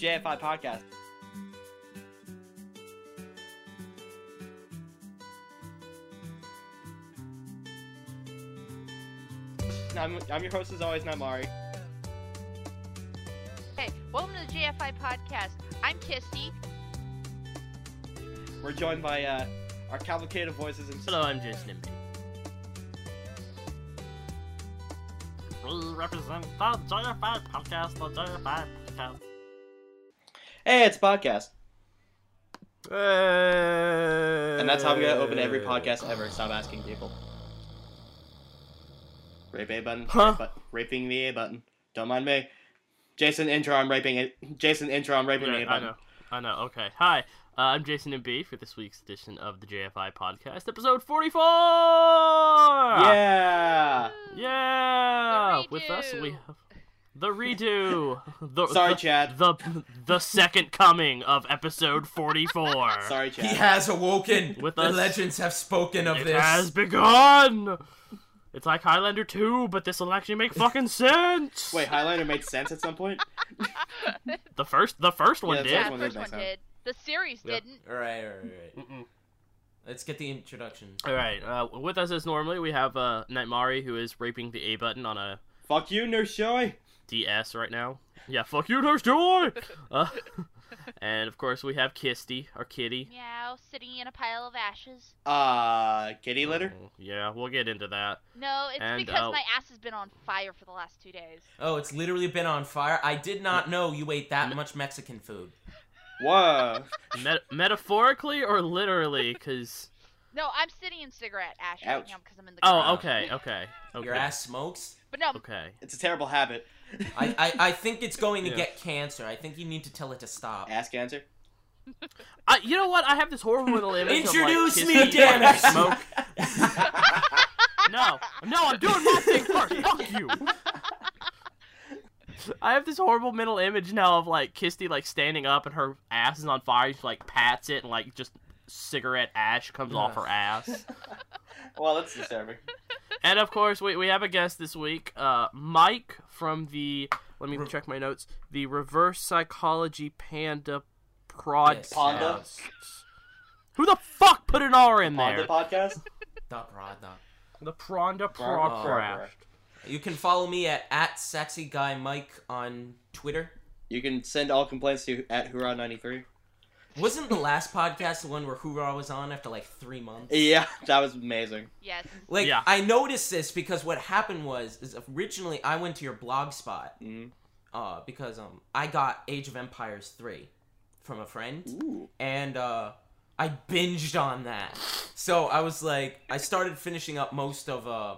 JFI podcast. I'm, I'm your host as always, not Mari. Hey, welcome to the JFI podcast. I'm Kisty. We're joined by uh, our cavalcade of voices. And Hello, I'm Jason Nimby. We represent the JFI podcast, the JFI podcast. Hey, it's a podcast, And and that's how I'm gonna open every podcast ever. Stop asking people. Rape A button. Huh? Rape bu- raping the A button. Don't mind me. Jason intro. I'm raping it. Jason intro. I'm raping the A Yeah, I button. know. I know. Okay. Hi, uh, I'm Jason Nimby for this week's edition of the JFI podcast, episode 44! Yeah! Ah. Yeah. Yeah! The With us, we redo. have the redo. the, Sorry, the, Chad. The, the second coming of episode 44. Sorry, He Chad. has awoken. With the us. legends have spoken of It this. has begun! It's like Highlander 2, but this'll actually make fucking sense! Wait, Highlander made sense at some point. The first, the first one Yeah, did. that's Yeah, one the did first make one sense. did. The series Yeah. didn't. All right, all right, all right. Mm-mm. Let's get the introduction. All right. Uh, with us as normally, we have uh, Nightmari, who is raping the A button on a Fuck you, Nurse Joy. DS right now. Yeah, fuck you, Nurse Joy. Uh, and of course, we have Kisty, our kitty. Meow, sitting in a pile of ashes. Uh, kitty litter. Oh, Yeah, we'll get into that. No, it's And, because uh, my ass has been on fire for the last two days. Oh, it's literally been on fire. I did not know you ate that much Mexican food. Whoa. Met- metaphorically or literally, because No, I'm sitting in cigarette ashes Ouch. because I'm in the garage. oh, okay, okay, okay, Your ass smokes. But no, okay. It's a terrible habit. I, I, I think it's going to Yeah. get cancer. I think you need to tell it to stop. Ask answer. I, you know what? I have this horrible little image. Introduce of, like, me, Kisty damn fucking it! Smoke. No, no, I'm doing my thing first. Fuck you. I have this horrible mental image now of like Kisty like standing up and her ass is on fire. She like pats it and like just cigarette ash comes off her ass. Well, that's disturbing. And of course, we we have a guest this week, uh, Mike from the. Let me Re- check my notes. The Reverse Psychology Panda Prod. Panda? Who the fuck put an R in On the there? podcast. Dot prod, dot. The Pronda Pronda. Procraft. You can follow me at, at sexy guy Mike on Twitter. You can send all complaints to at Hoorah ninety three. Wasn't the last podcast the one where Hoorah was on after like three months? Yeah, that was amazing. yes. Like Yeah. I noticed this because what happened was is originally I went to your blog spot Mhm. uh, because um I got Age of Empires three from a friend Ooh. and uh, I binged on that. So I was like I started finishing up most of uh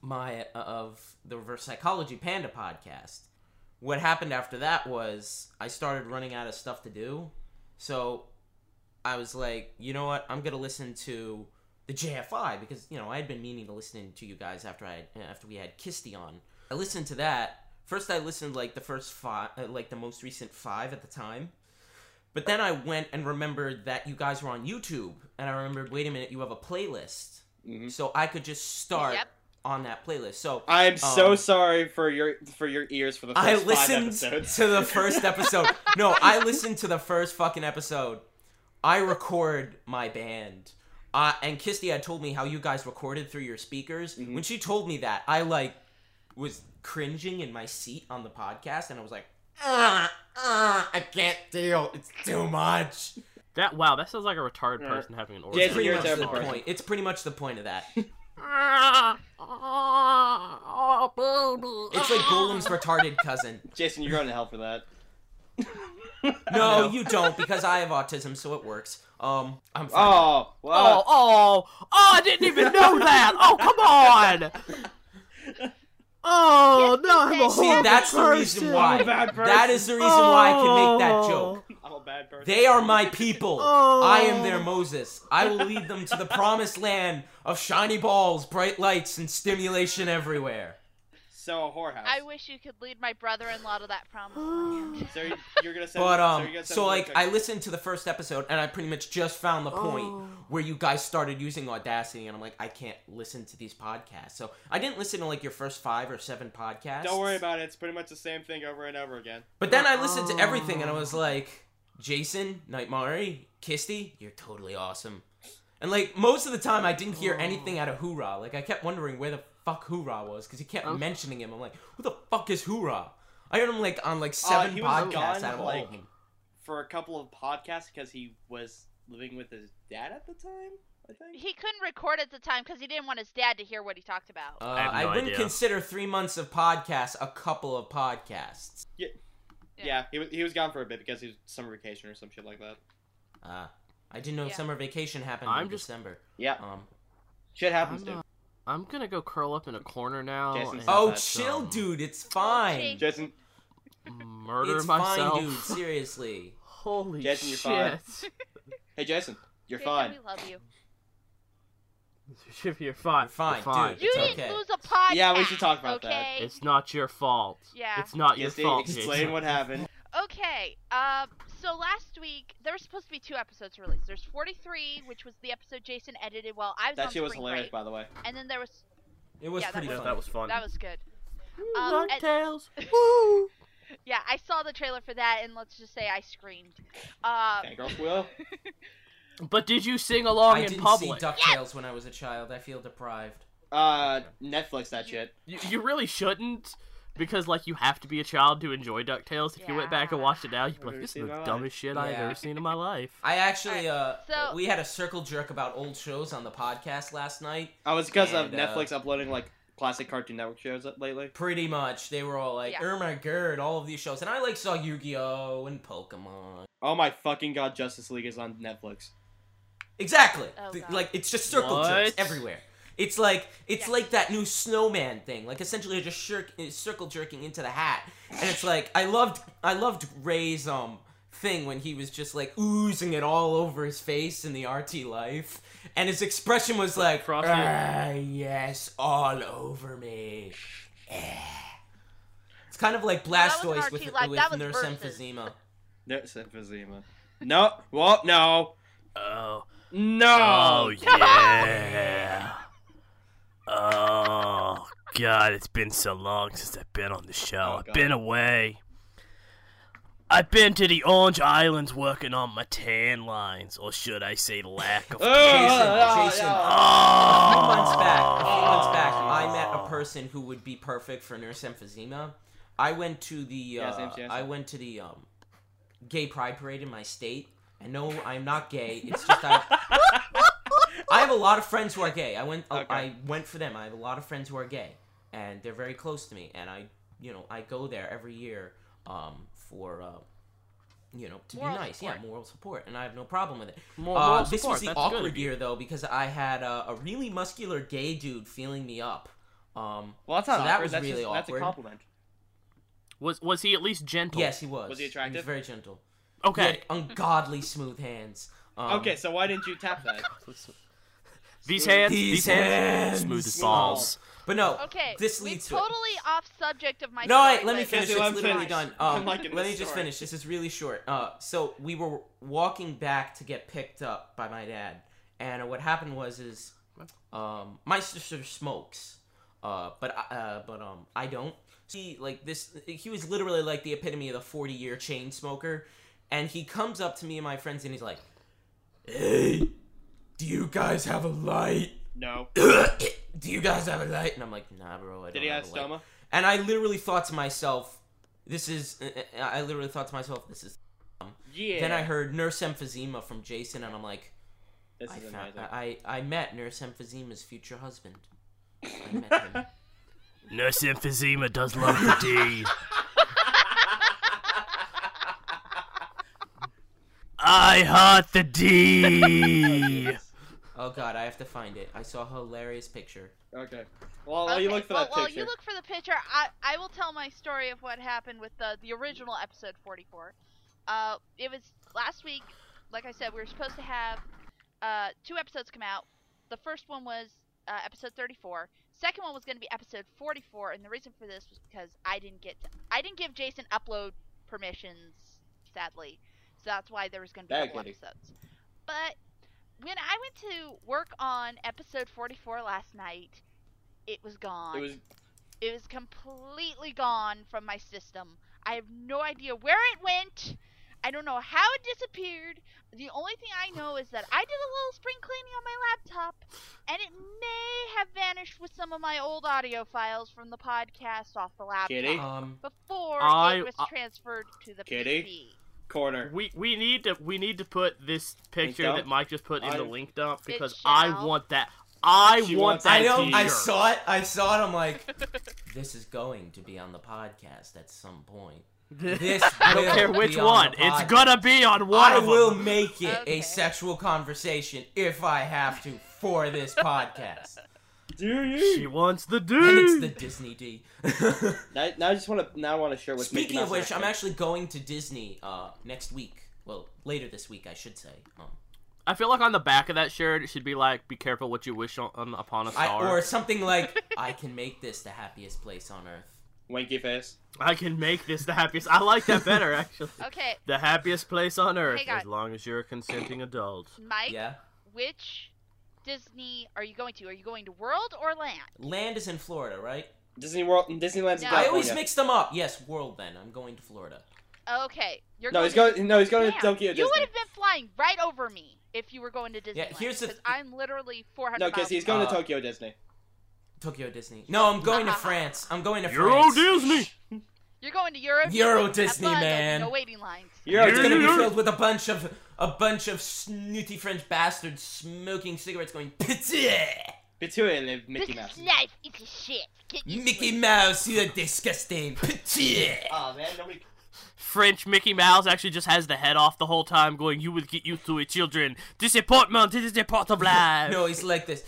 my uh, of the Reverse Psychology Panda podcast. What happened after that was I started running out of stuff to do, so I was like, you know what? I'm gonna listen to the JFI because you know I had been meaning to listen to you guys after I after we had Kisty on. I listened to that first. I listened like the first five, uh, like the most recent five at the time. But then I went and remembered that you guys were on YouTube, and I remembered, wait a minute, you have a playlist, Mhm. so I could just start Yep. on that playlist. So I'm so Um, sorry for your for your ears for the first I five listened episodes. to the first episode. no, I listened to the first fucking episode. I record my band. Uh, and Kisty had told me how you guys recorded through your speakers. Mm-hmm. When she told me that, I like was cringing in my seat on the podcast, and I was like, "Ah, ah, I can't deal. It's too much." That wow, that sounds like a retarded Yeah. person having an orgasm. Jason, It's pretty you're a much the terrible person. point. It's pretty much the point of that. Oh, It's like Golem's retarded cousin. Jason, you're going to hell for that. No, you don't, because I have autism, so it works. Um, I'm fine. Oh, Uh, Oh, well, oh, oh, I didn't even know that. Oh, come on. Oh, no, I'm a See, See, horrible that's the person. reason why. bad person. That is the reason why I can make that joke. I'm a bad person. Oh. They are my people. Oh. I am their Moses. I will lead them to the promised land of shiny balls, bright lights, and stimulation everywhere. sell a whorehouse. I wish you could lead my brother-in-law to that promise. land. so you're, you're gonna send. But so um, you're gonna so, send me like pictures. I listened to the first episode and I pretty much just found the Oh. point where you guys started using Audacity and I'm like I can't listen to these podcasts. So I didn't listen to like your first 5 or 7 podcasts. Don't worry about it. It's pretty much the same thing over and over again. But then I listened to everything and I was like, Jason, Nightmare, Kisty, you're totally awesome. And like most of the time I didn't hear anything out of Hoorah. Like I kept wondering where the fuck Hoorah was because he kept Um, mentioning him. I'm like, who the fuck is Hoorah? I heard him like on like seven Uh, he was podcasts gone, out of all like, of them. For a couple of podcasts, because he was living with his dad at the time. I think. He couldn't record at the time because he didn't want his dad to hear what he talked about. Uh, I, have no wouldn't idea. consider three months of podcasts a couple of podcasts. Yeah. Yeah. he was he was gone for a bit because he was summer vacation or some shit like that. Uh, I didn't know Yeah. summer vacation happened I'm in just- December. Yeah, Um, shit happens, I'm, dude. uh, I'm gonna go curl up in a corner now Jason's and not oh, that chill, dumb. dude. It's fine. Jake. Jason, murder it's myself. fine, dude. Seriously. Holy Jason, you're fine. shit! hey Jason, you're Jason, fine. We love you. You're fine. You're fine, You're fine. dude. You It's didn't okay. lose a podcast. Yeah, we should talk about that. okay? It's not your fault. Yeah. It's not Yes, your fault. explain Jason. what happened. Okay. Um. So last week there was supposed to be two episodes released. There's 43, which was the episode Jason edited while I was on That shit was spring hilarious, break, by the way. and then there was It was Yeah, that pretty was- fun. that was fun. that was good. Um, and- Cocktails. Woo! Yeah, I saw the trailer for that, and let's just say I screamed. Uh, Okay, girls will. But did you sing along I in didn't public? see DuckTales when I was a child. I feel deprived. Uh, Netflix that shit. you, you really shouldn't, because like you have to be a child to enjoy Ducktales. If you went back and watched it now, you'd be Never like, "This is seen the my life. dumbest shit I've Yeah. ever seen in my life." I actually, uh, so- we had a circle jerk about old shows on the podcast last night. I was because of And, uh, Netflix uploading like classic Cartoon Network shows up lately. Pretty much, they were all like, Yeah. "Oh my god!" All of these shows, and I like saw Yu-Gi-Oh and Pokemon. Oh my fucking god, Justice League is on Netflix. Exactly. Oh, Th- God. like it's just circle What? jerks everywhere. It's like it's Yeah. like that new snowman thing. Like essentially, just shirk, uh, circle jerking into the hat, and it's like I loved I loved Ray's um thing when he was just like oozing it all over his face in the RT life, and his expression was like, Frosty. "Ah, yes, all over me." Eh." It's kind of like That wasn't Blastoise RT with, life, with that was Nurse versus. Emphysema. There's emphysema. No, well, no, Oh. no. yeah. oh god, it's been so long since I've been on the show. Oh, I've God. been away. I've been to the Orange Islands working on my tan lines, or should I say lack Ugh. of tan. Oh, Jason, Jason, no. A few Oh. months back, Uh, a few months back, Oh, I met a person who would be perfect for nurse emphysema. I went to the uh, Yes, yes, yes. I went to the um, gay pride parade in my state. And no, I'm not gay. It's just I, I have a lot of friends who are gay. I went oh, Okay. I went for them. I have a lot of friends who are gay, and they're very close to me. And I, you know, I go there every year um, for. Uh, you know, to Moral be nice, yeah, support. moral support, and I have no problem with it. Moral- Uh, moral this support, was the that's good of awkward you. year though because I had uh, a really muscular gay dude feeling me up. Um, Well, that's not So that awkward. was that's really just, That's awkward. a compliment. Was was he at least gentle? yes, he was. Was he attractive? was very gentle. He Okay. had ungodly smooth hands. Um, okay, so why didn't you tap that? These hands, These these, hands, hands. smooth as Small. balls. but no. Okay. This we leads to it. totally off subject of my. No, wait, story, let me but- finish. Jesse, It's let him literally finish. done. I'm Um, let liking me this just story. finish. This is really short. Uh, so we were walking back to get picked up by my dad, and what happened was is, um, my sister smokes, uh, but I, uh, but um, I don't. He like this. He was literally like the epitome of the forty-year chain smoker, and he comes up to me and my friends, and he's like, "Hey, do you guys have a light? No. do you guys have a light?" And I'm like, "Nah, bro, I don't." Did he have have a light." stoma? And I literally thought to myself, this is. uh, I literally thought to myself, this is. Yeah. Then I heard Nurse Emphysema from Jason, and I'm like, This I, is found, amazing. I, I met Nurse Emphysema's future husband. I met him. Nurse emphysema does love the D. I heart the D. Oh god, I have to find it. I saw a hilarious picture. Okay. Well, while you Okay, look for well, that while picture. you look for the picture, I, I will tell my story of what happened with the, the original episode 44. Uh, it was last week, like I said, we were supposed to have uh, two episodes come out. The first one was uh, episode 34. Second one was going to be episode 44, and the reason for this was because I didn't get to, I didn't give Jason upload permissions, sadly. So that's why there was going to be Bad double kitty. episodes. But when I went to work on episode 44 last night, it was gone. It was It was completely gone from my system. I have no idea where it went. I don't know how it disappeared. The only thing I know is that I did a little spring cleaning on my laptop, and it may have vanished with some of my old audio files from the podcast off the laptop Kitty? Um, before I- it was I- transferred to the Kitty? PC. corner. We we need to we need to put this picture dump? that Mike just put in the I- link dump because shall. I want that. I She want wants that I know. I t-shirt. saw it. I saw it. I'm like, this is going to be on the podcast at some point. This I don't will care be which on the one. It's podcast. gonna be on one I of 'em. will make it Okay. a sexual conversation if I have to for this podcast. Do She wants the and it's dude. the Disney D. Now, now I just want to. Now I want to share what's Speaking of which, I'm actually going to Disney uh, next week. Well, later this week, I should say. Um, I feel like on the back of that shirt it should be like, "Be careful what you wish on, on upon a I, star." or something like, I can make this the happiest place on earth. winky face. I can make this the happiest. I like that better actually. Okay, The happiest place on earth, guys. as long as you're a consenting adult. Mike, Yeah? which Disney are you going to? Are you going to World or Land? Land is in Florida, right? Disney World, Disneyland's in California. No. I always mix them up. Yes, World then. I'm going to Florida. Okay, you're No, going he's to going. No, he's going to Damn, Tokyo You would Disney. have been flying right over me if you were going to Disneyland. Yeah, here's the because th- I'm literally 400 No, miles. because he's going Uh, to Tokyo Disney. Tokyo Disney. No, I'm going to France. I'm going to Euro France. Disney. You're going to Euro. Disney, Euro Have Disney, fun, there'll be man. No waiting lines. You're It's gonna be Euro- filled with a bunch of a bunch of snooty French bastards smoking cigarettes, going pizza. Between Mickey this Mouse. life is a shit. Get used Mickey to it. Mouse, you're disgusting. Oh man, nobody. French Mickey Mouse actually just has the head off the whole time, going, "You will get used to it, children. Disappointment is the part of life." no, he's like this.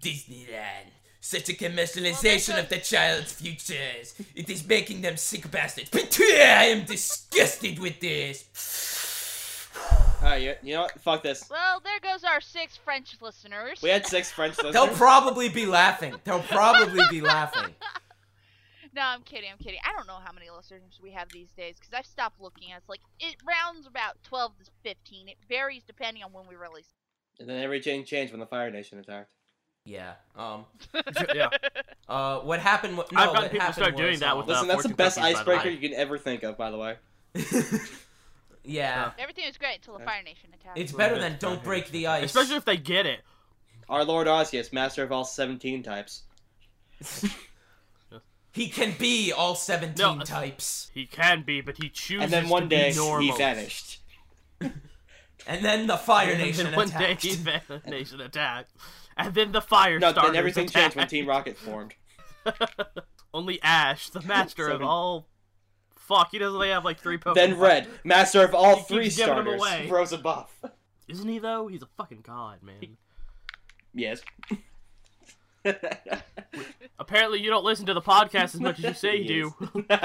Disneyland, such a commercialization Well, of the child's futures. It is making them sick bastards. I am disgusted with this. All right, you, you know what? Fuck this. Well, there goes our six French listeners. We had six French They'll listeners. probably be laughing. They'll probably be laughing. No, I'm kidding. I'm kidding. I don't know how many listeners we have these days because I've stopped looking. It's like it rounds about 12 to 15. It varies depending on when we release. and then everything changed when the Fire Nation attacked. Yeah. Um. yeah. Uh. What happened? wa- No, I've gotten what people to happened start doing was, that um, with Listen, that's the fortune best cookies, by the icebreaker way. you can ever think of, by the way. yeah. Everything was great until the Fire Nation attack. It's better than don't break the ice. Especially if they get it. Our Lord Osseous, master of all 17 types. he can be all 17 No. types. He can be, but he chooses And then one to be day, he normal. vanished. And then the Fire And then Nation one attacked. day, he vanished. Nation attacked. And then the fire No, starters then everything attacked. changed when Team Rocket formed. Only Ash, the master of Seven. all. Fuck, he doesn't only have like three Pokemon. Then Red, master of all He keeps three giving 'em starters, away. rose above. Isn't he though? He's a fucking god, man. Yes. Apparently, you don't listen to the podcast as much as you say you do.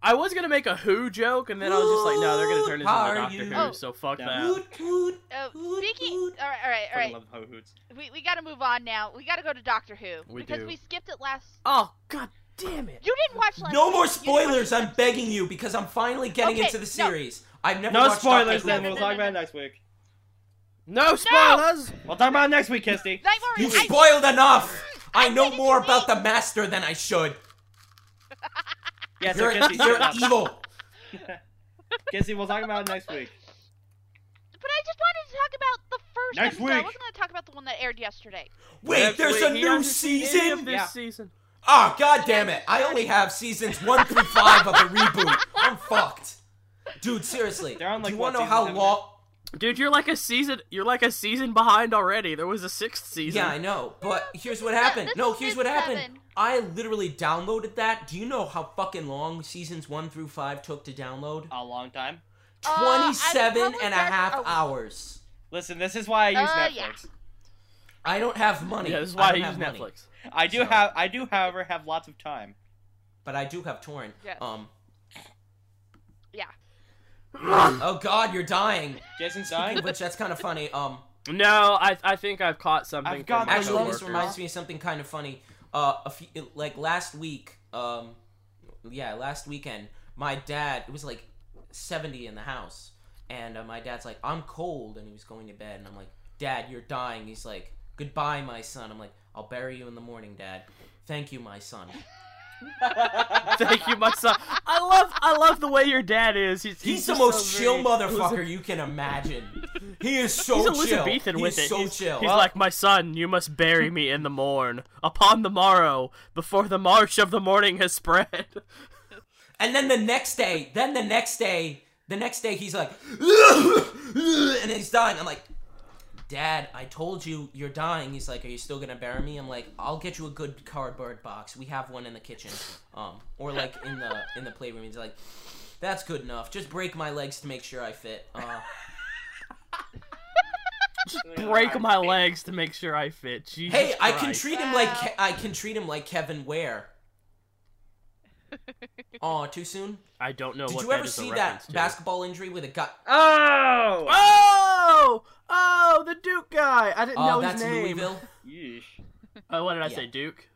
I was gonna make a Who joke, and then I was just like, no, they're gonna turn How are this into you? Doctor Oh. Who, so fuck No. that. Woot, woot, Oh, woot, speaking. All woot. right, all right, all right. I love Ho Hoots. We, we gotta move on now. We gotta go to Doctor Who. We because do. we skipped it last. Oh god damn it! You didn't watch last. No week. more You didn't watch spoilers, the I'm episode. begging you, because I'm finally getting Okay, into the no. series. I've never No watched spoilers, Doctor then. Who. We'll talk about it next week. No spoilers. We'll talk about it next week, Kesty. Don't worry, You I- spoiled enough! I I know didn't more see- about the Master than I should. Yes, You're, Kesty, you're evil. Kesty, we'll talk about it next week. But I just wanted to talk about the first Next episode. I week. wasn't gonna talk about the one that aired yesterday. Wait, there's a new season? this Yeah. season. Oh, god damn it. I only have seasons 1 through 5 of the reboot. I'm fucked. Dude, seriously. They're on, do like, you what, want to know season how seven long... Dude, you're like a season. You're like a season behind already. There was a sixth season. Yeah, I know, but here's what happened. this No, is here's what happened. seven. I literally downloaded that. Do you know how fucking long seasons 1 through 5 took to download? A long time. Uh, I 27 probably and a got- half oh. hours. Listen, this is why I use Uh, Netflix. yeah. I don't have money. Yeah, this is why I, don't use have money, Netflix. I do So- have. I do, however, have lots of time. But I do have torrent. Yes. Um. Yeah. Oh God, you're dying. Jason's Speaking dying. of which that's kind of funny. Um. No, I I think I've caught something. I've from got my the Actually, this coworkers. reminds me of something kind of funny. Uh, a few, it- like last week, um, yeah, last weekend, my dad. It was like seventy in the house, and uh, my dad's like, "I'm cold," and he was going to bed, and I'm like, "Dad, you're dying." He's like, "Goodbye, my son." I'm like, "I'll bury you in the morning, Dad." Thank you, my son. Thank you, my son. I love I love the way your dad is. He's He's, the just most so chill very- motherfucker you can imagine. He is so He's chill. Elizabethan with He's it. so he's, chill. he's like, my son, you must bury me in the morn. Upon the morrow, before the march of the morning has spread. And then the next day, then the next day, the next day he's like, and he's dying. I'm like, Dad, I told you you're dying. He's like, Are you still gonna bury me? I'm like, I'll get you a good cardboard box. We have one in the kitchen, um, or like in the in the playroom. He's like, That's good enough. Just break my legs to make sure I fit. Uh, Break my legs to make sure I fit. Jesus hey, I can Christ. treat him like Ke- I can treat him like Kevin Ware. Oh, too soon. I don't know Did what you ever that is a see reference that to. basketball injury with a guy? Oh! Uh, Oh, oh, the Duke guy. I didn't Oh, know his that's name. Louisville. Yeesh. Oh, what did I Yeah. say, Duke?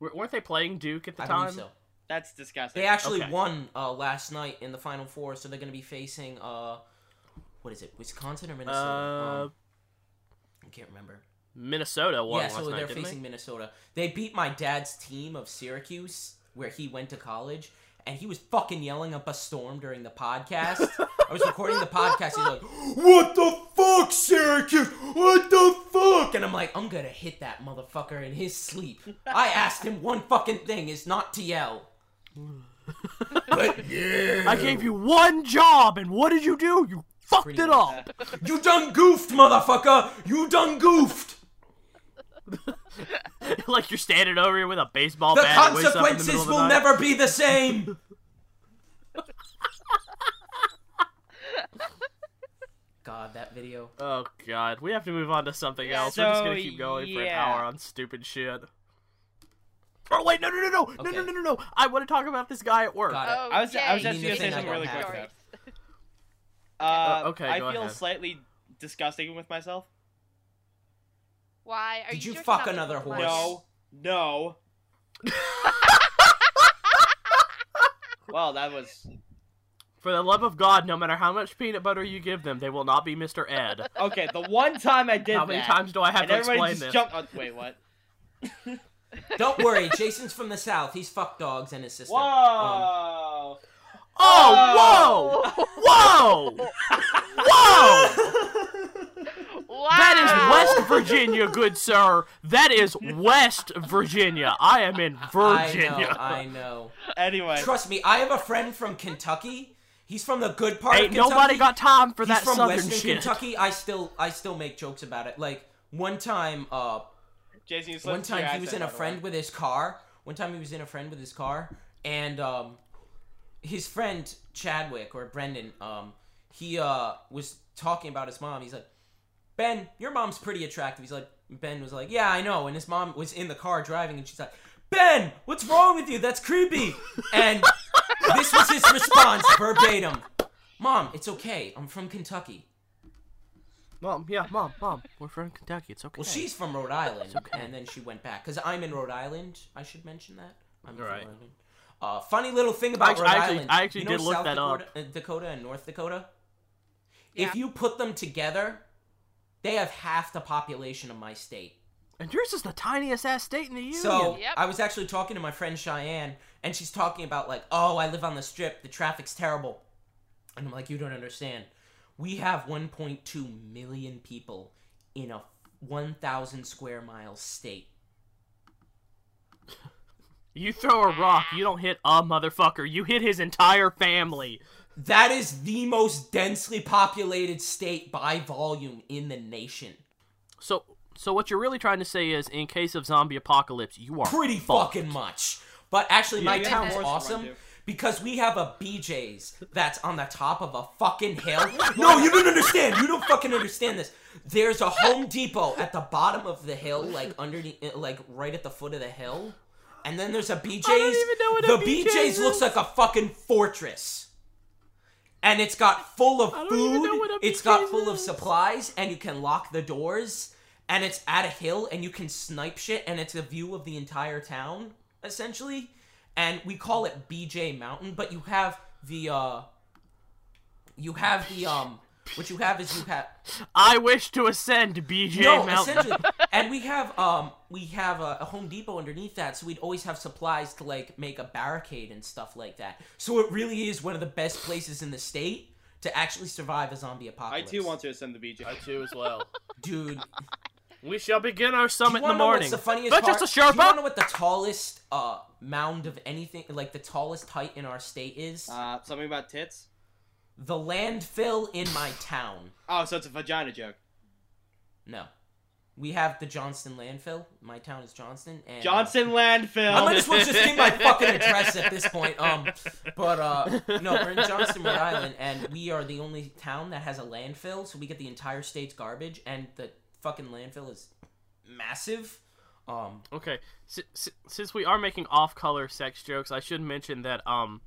W- weren't they playing Duke at the I time? believe so. That's disgusting. They actually Okay. won uh, last night in the Final Four, so they're going to be facing uh, what is it, Wisconsin or Minnesota? Uh, Um, I can't remember. Minnesota won Yeah, last so night, they're didn't facing Minnesota. They beat my dad's team of Syracuse, where he went to college, and he was fucking yelling up a storm during the podcast. I was recording the podcast. He's like, "What the fuck, Syracuse? What the fuck?" And I'm like, "I'm gonna hit that motherfucker in his sleep." I asked him one fucking thing: is not to yell. but yeah. they? I gave you one job, and what did you do? You fucked Pretty it much. up. You done goofed, motherfucker! You done goofed! like you're standing over here with a baseball The bat. that wakes up in the consequences middle of the will night. never be the same! God, that video. Oh god, we have to move on to something else. We're so, just gonna keep going for an yeah. hour on stupid shit. Oh wait, no, no, no, no, no, no, Okay. no, no, no! I want to talk about this guy at work. Got it. Oh, I was- I yay, was actually gonna you say know something really quick, stories. Uh, Oh, okay, I go feel ahead. slightly disgusting with myself. Why are Did you jerking fuck off to another people horse? like No, no. well, that was For the love of God, no matter how much peanut butter you give them, they will not be Mr. Ed. okay. The one time I did how many that, times do I have and to everybody just explain this? jumped. On, wait, what? Don't worry, Jason's from the South. He's fucked dogs and his sister. Um, Whoa! Oh, whoa, whoa, whoa! Wow. That is West Virginia, good sir. That is West Virginia. I am in Virginia. Um, I know, I know. anyway, Trust me, I have a friend from Kentucky. He's from the good part Ain't of Kentucky. nobody got time for He's that from southern Western shit. Kentucky. I still, I still make jokes about it. Like one time, uh, Jason, you slipped one time your he was accent, in a by the friend way. with his car. One time he was in a friend with his car, and um, his friend Chadwick or Brendan, um, he uh was talking about his mom. He's like, Ben, your mom's pretty attractive. He's like, Ben was like, yeah, I know. And his mom was in the car driving, and she's like, Ben, what's wrong with you? That's creepy. And this was his response verbatim. Mom, it's okay. I'm from Kentucky. Mom, yeah, mom, mom. We're from Kentucky. It's okay. Well, she's from Rhode Island, and then she went back because I'm in Rhode Island. I should mention that. I'm Right. from Rhode Island. Uh, funny little thing about Actu- Rhode I actually- Island. I actually you know did look South that Dakota, uh, Dakota and North Dakota. Yeah. If you put them together, they have half the population of my state. and yours is the tiniest ass state in the union. So Yep. I was actually talking to my friend Cheyenne, and she's talking about like, oh, I live on the strip. The traffic's terrible, and I'm like, you don't understand. We have 1.2 million people in a 1,000 square mile state. you throw a rock, you don't hit a motherfucker. You hit his entire family. That is the most densely populated state by volume in the nation. So, so what you're really trying to say is, in case of zombie apocalypse, you are Pretty fucked. fucking much. But actually, my Yeah, yeah, town's of course you awesome want to. because we have a BJ's that's on the top of a fucking hill. no, you don't understand. You don't fucking understand this. There's a Home Depot at the bottom of the hill, like underneath, uh, like right at the foot of the hill, and then there's a BJ's. even know what a the BJ's BJ's looks is. like a fucking fortress. and it's got full of I don't even know food. what a It's got BK's full of is. supplies, and you can lock the doors. And it's at a hill, and you can snipe shit, and it's a view of the entire town essentially. And we call it BJ Mountain, but you have the uh, you have the um, what you have is you have I wish to ascend BJ no, Mountain. essentially, and we have um we have a, a Home Depot underneath that, so we'd always have supplies to like make a barricade and stuff like that. So it really is one of the best places in the state to actually survive a zombie I apocalypse. too want to ascend the BJ. I too as well. dude. We shall begin our Do summit you in the wanna know morning. what's the funniest Not part? just a Do you want sherpa. to know what the tallest uh mound of anything, like the tallest height in our state is? Uh, something about tits. the landfill in my town. Oh, so it's a vagina joke. No, we have the Johnston landfill. My town is Johnston, and uh, Johnson landfill. I might as well just give my fucking address at this point. Um, but uh, no, we're in Johnston, Rhode Island, and we are the only town that has a landfill, so we get the entire state's garbage, and the fucking landfill is massive. Um, Okay, s- s- since we are making off-color sex jokes, I should mention that um,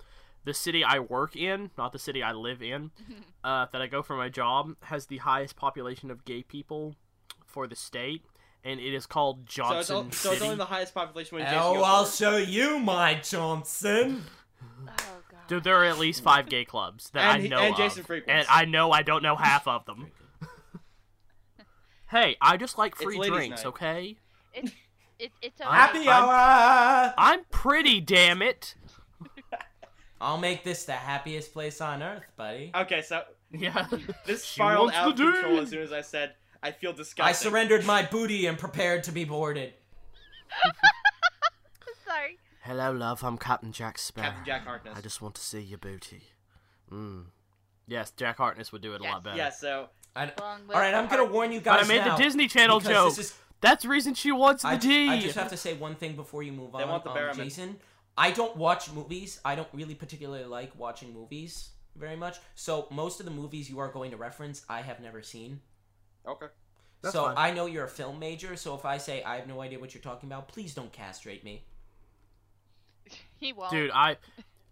the city I work in, not the city I live in, uh, that I go for my job, has the highest population of gay people for the state, and it is called so, it's, Johnson al- so it's City. only the highest population when Jason oh, goes I'll first. show you my Johnson. Oh god. Dude, there are at least five gay clubs that And I he- know and of, Jason frequents. and I know I don't know half of them. hey, I just like free ladies' drinks, night. okay? It's it, it's okay. Happy I'm- hour. I'm pretty, damn it. I'll make this the happiest place on earth, buddy. Okay, so Yeah. this She spiraled wants out of the control deed. as soon as I said I feel disgusted. I surrendered my booty and prepared to be boarded. Sorry. Hello, love. I'm Captain Jack Sparrow. Captain Jack Harkness. I just want to see your booty. Mm. Yes, Jack Hartness would do it a lot better. Yeah, so I, Along with all right, I'm the gonna heart- warn you But guys I made now, the Disney Channel because joke. This is That's the reason she wants the I, D. I just have to say one thing before you move on, want the um, Barrowman. Jason. I don't watch movies. I don't really particularly like watching movies very much. So most of the movies you are going to reference, I have never seen. okay. That's so fine. I know you're a film major. So if I say I have no idea what you're talking about, please don't castrate me. He won't. Dude, I.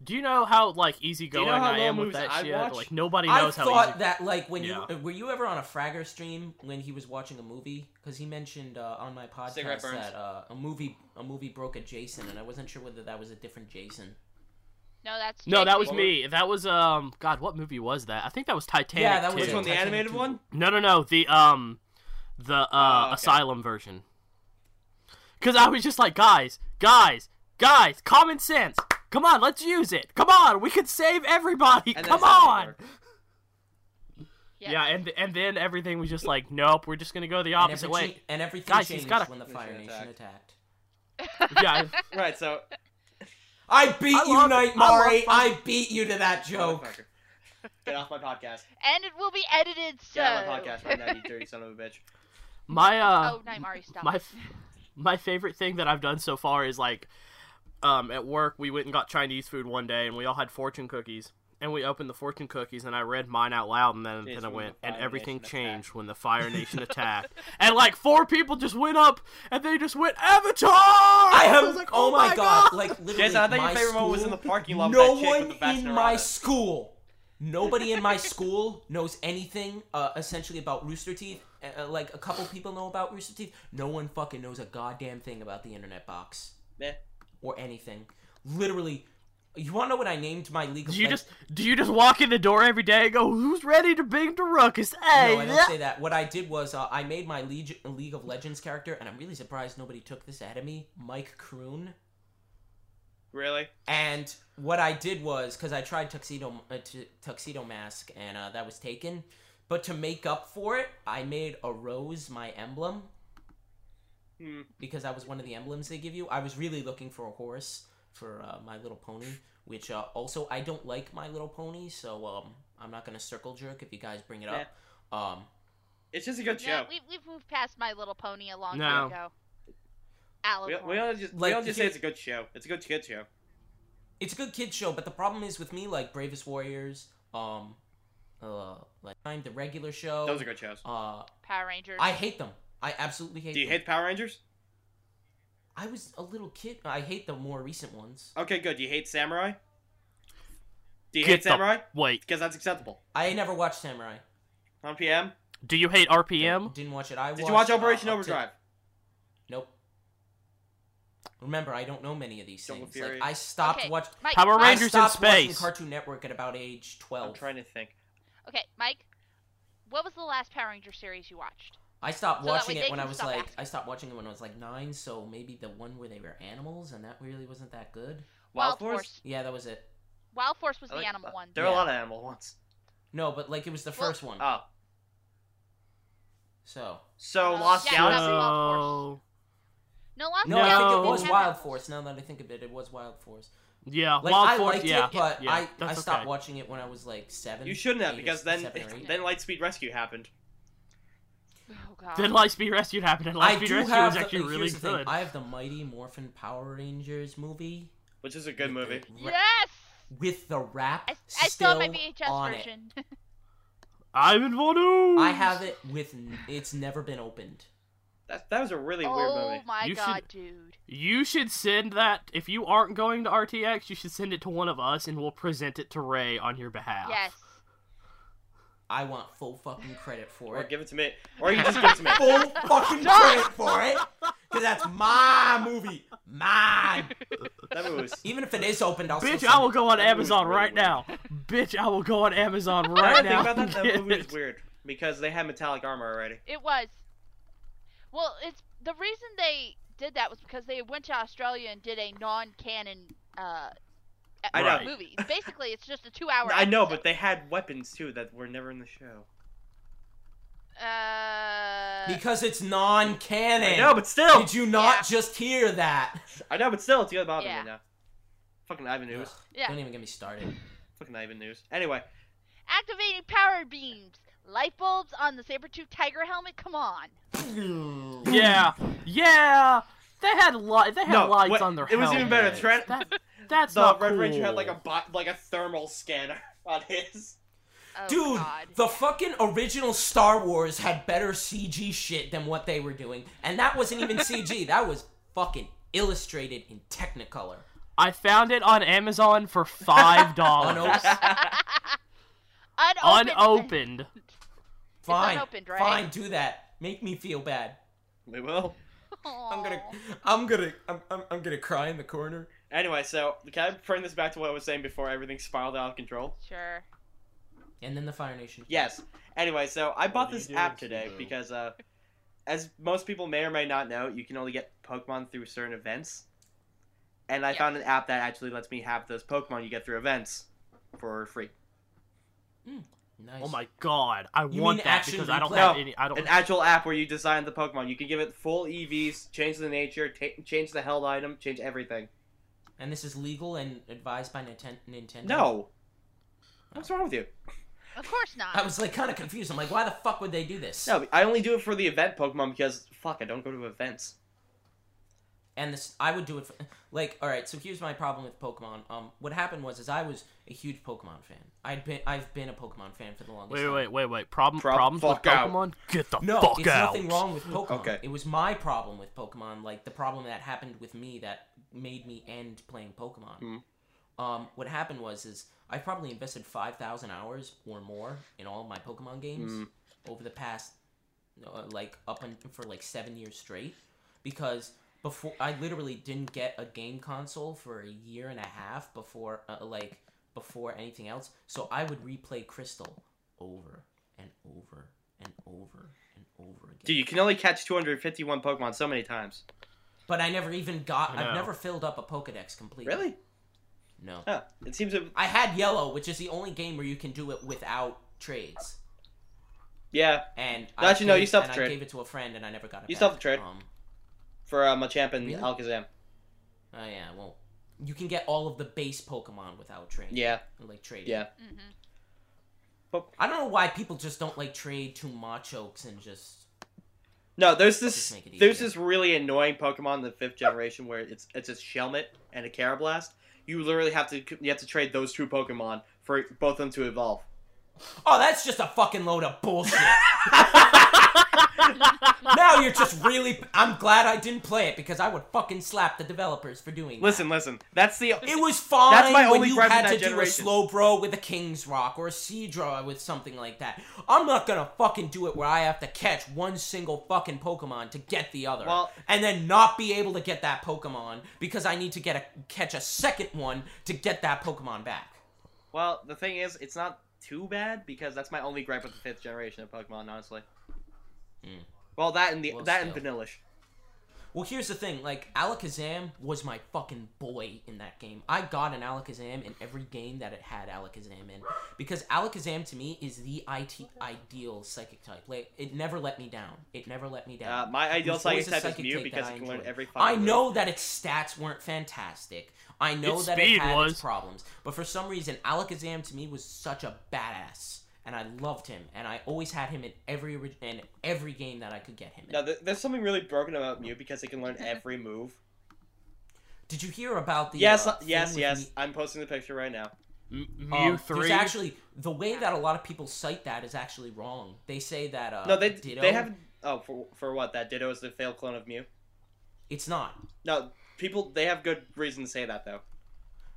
Do you know how like easygoing how I am long with movies that I shit? watch? Like nobody I knows how thought easy. that like when you uh, Yeah. were you ever on a Fragger stream when he was watching a movie because he mentioned uh, on my Cigarette podcast burns. that uh, a movie a movie broke a Jason and I wasn't sure whether that was a different Jason. No, that's No, that was What me. That was um. God, what movie was that? I think that was Titanic. Yeah, that was Which too. one? The Titanic animated two. one? No, no, no. The um, the uh, Oh, okay. asylum version. Because I was just like, guys, guys, guys, common sense. Come on, let's use it. Come on, we could save everybody. And then Come it's not on. over. Yeah. Yeah, and and then everything was just like, nope, we're just gonna go the opposite and every- way. and everything Guys, he's changed gotta- when the Fire Nation Nation attacked. attacked. yeah, Right, so I beat I you, love- Night I love Mari. fun- I, beat you to that joke. motherfucker. Get off my podcast. And it will be edited so. Get off my podcast right now, you dirty son of a bitch. my uh, oh, Nightmare, stop. my f- my favorite thing that I've done so far is like, um, at work we went and got Chinese food one day, and we all had fortune cookies, and we opened the fortune cookies, and I read mine out loud, and then, Jeez, then I when went, the and Fire everything Nation changed when the Fire Nation attacked, and like four people just went up, and they just went Avatar. I I have. was like, oh, my god! Like literally, Jason, I thought my your favorite school, moment was in the parking lot. with No that chick one with the Fast in and my Rana. school. Nobody in my school knows anything uh, essentially about Rooster Teeth. Uh, uh, like a couple people know about Rooster Teeth. No one fucking knows a goddamn thing about the Internet Box Meh. or anything. Literally, you want to know what I named my League of Do you Leg- just do you just walk in the door every day and go, who's ready to big the ruckus? Hey, No, I yeah." don't say that. What I did was uh, I made my Leg- League of Legends character, and I'm really surprised nobody took this out of me, Mike Croon. Really? And what I did was because I tried tuxedo uh, t- tuxedo mask, and uh, that was taken. But to make up for it, I made a rose my emblem Hmm. because that was one of the emblems they give you. I was really looking for a horse for uh, My Little Pony, which uh, also I don't like My Little Pony, so um, I'm not gonna circle jerk if you guys bring it up. Um, It's just a good Yeah, joke. we, we've moved past My Little Pony a long No. time ago. Alan. We, we Horn. all just, Like, we all just here- say it's a good show. It's a good kid show. it's a good kid show, but the problem is with me, like Bravest Warriors, um, uh, like I'm the regular show. Those are good shows. Uh, Power Rangers. I hate them. I absolutely hate. Do you them. hate Power Rangers? I was a little kid. I hate the more recent ones. Okay, good. Do you hate Samurai? Do you Get hate the- samurai? Wait, Because that's acceptable. I never watched Samurai. On PM. do you hate RPM? Didn't watch it. I Did you watch watched, uh, Operation up to- Overdrive? Nope. Remember, I don't know many of these Jungle things. Like, Fury. I stopped Okay, watching. Mike, Power Mike, Rangers in I stopped watching space. Cartoon Network at about age I'm twelve. trying to think. Okay, Mike, what was the last Power Ranger series you watched? I stopped So that watching way it they when I can was stop like asking. I stopped watching it when I was like nine. So maybe the one where they were animals and that really wasn't that good. Wild, Force? Yeah, that was it. Wild Force was I the like- animal one. There are Yeah. a lot of animal ones. No, but like it was the Well- first one. Oh. So So Uh, Lost yeah, Galaxy? that's- So- No, Lost no, Galaxy I think No. it was didn't have Wild that. Force. Now that I think of it, it was Wild Force. yeah, Like Uh, Wild I Force. liked yeah, it, but yeah, I I that's stopped okay. watching it when I was like seven. You shouldn't have, eight or because then seven or eight. then Lightspeed Rescue happened. Oh god. Then Lightspeed Rescued happened, and I Lightspeed do Rescued have was the- actually here's really the thing, good. I have the Mighty Morphin Power Rangers movie. Which is a good with the movie. ra- yes. With the rap I, I still have my still VHS on it. version. I'm in Voodoo. I have it with n- it's never been opened. That, that was a really weird oh movie. my You should- god, dude. You should send that if you aren't going to RTX. You should send it to one of us, and we'll present it to Ray on your behalf. Yes. I want full fucking credit for Or it. give it to me. Or you just give it to me. full fucking credit for it, because that's my movie, mine. That movie was. Even if it is opened, I'll. Bitch, still I send will it. go on That movie's Amazon really right weird. now. Bitch, I will go on Amazon I right didn't think now. about that. and That get movie was it. weird because they had metallic armor already. It was. Well, it's the reason they did that was because they went to Australia and did a non-canon uh, e- I know. movie. Basically, it's just a two-hour. I know, but episode. they had weapons too that were never in the show. Uh, Because it's non-canon. I know, but still. did you not Yeah. just hear that? I know, but still. It's the other Bobby Yeah. now. Fucking Ivan News. Ugh, Yeah. Don't even get me started. Fucking Ivan News. Anyway, activating power beams, light bulbs on the saber-tooth tiger helmet. Come on. Yeah, yeah. They had li- They had no, lights what- on their. It was even better. helmets. Trent, That- That's the not Red cool. Ranger had like a bot, like a thermal scanner on his. Oh, Dude, God. the fucking original Star Wars had better CG shit than what they were doing, and that wasn't even CG. That was fucking illustrated in Technicolor. I found it on Amazon for five dollars. Unopened. unopened. Unopened. Fine. unopened, right? Fine, do that. Make me feel bad. We will. I'm gonna, Aw. I'm gonna, I'm, I'm, I'm gonna cry in the corner. Anyway, so can I bring this back to what I was saying before everything spiraled out of control? Sure. And then the Fire Nation. Yes. Anyway, so I bought do you this do app with today Subaru? because, uh, as most people may or may not know, you can only get Pokemon through certain events. And I Yeah. found an app that actually lets me have those Pokemon you get through events for free. Nice. Oh my god, I You want mean that actually because I don't play- have No, any. I don't. An actual app where you design the Pokemon. You can give it full EVs, change the nature, ta change the held item, change everything. And this is legal and advised by Ninten- Nintendo. No. What's wrong with you? Of course I not. was like kind of confused. I'm like, why the fuck would they do this? No, I only do it for the event Pokemon because, fuck, I don't go to events. and this I would do it for, like all right so here's my problem with Pokemon um what happened was is I was a huge Pokemon fan I'd been I've been a Pokemon fan for the longest Wait, time. wait, wait, wait. Problem, Prob- problems with fuck out. Pokemon. Get the no fuck it's out. nothing wrong with Pokemon Okay. it was my problem with Pokemon like the problem that happened with me that made me end playing Pokemon Mhm. um what happened was is I probably invested 5,000 hours or more in all my Pokemon games Mm. over the past uh, like up un- for like 7 years straight because before I literally didn't get a game console for a year and a half before uh, like before anything else. So I would replay Crystal over and over and over and over again. Dude, you can only catch 251 Pokemon so many times. But I never even got. I know. I've never filled up a Pokédex completely. Really? No. Huh. It seems to. I had Yellow, which is the only game where you can do it without trades. Yeah, And No, I actually, no, you gave- still have and to I trade. gave it to a friend, and I never got it. You back. still have to trade. Um, for uh, Machamp and Really? Alakazam. oh yeah, well, you can get all of the base Pokemon without trade. Yeah, Like trading. yeah. Mhm. I don't know why people just don't like trade to Machokes and just No, there's just this make it there's easier. this really annoying Pokemon in the fifth generation where it's it's a Shelmet and a Carablast. You literally have to you have to trade those two Pokemon for both of them to evolve. Oh, that's just a fucking load of bullshit. now you're just really. I'm glad I didn't play it because I would fucking slap the developers for doing. Listen, listen. That's the that. it was fine That's my when only you gripe with had that to do a generation. slow bro with a king's rock or a sea draw with something like that. I'm not gonna fucking do it where I have to catch one single fucking Pokemon to get the other, Well- and then not be able to get that Pokemon because I need to get a catch a second one to get that Pokemon back. well. The thing is, it's not too bad because that's my only gripe with the fifth generation of Pokemon, honestly. Mm. Well, that and the Well, that still. and Vanillish. Well, here's the thing. Like Alakazam was my fucking boy in that game. I got an Alakazam in every game that it had Alakazam in because Alakazam to me is the IT ideal psychic type. Like it never let me down. It never let me Uh, down. my ideal was always psychic a type is psychic Mew type that because I it can learn enjoyed. every fucking. I move. know that its stats weren't fantastic. I know Its that it speed had was. its problems, but for some reason, Alakazam to me was such a badass, and I loved him, and I always had him in every orig- in every game that I could get him. in. No, th- there's something really broken about Mew because it can learn every move. Did you hear about the yes, uh, uh, yes, thing with yes. me- I'm posting the picture right now. M- um, Mew there's three. actually the way that a lot of people cite that is actually wrong. They say that uh, No, they Ditto, they haven't. Oh, for for what? That Ditto is the failed clone of Mew. It's not. No, people they have good reason to say that though.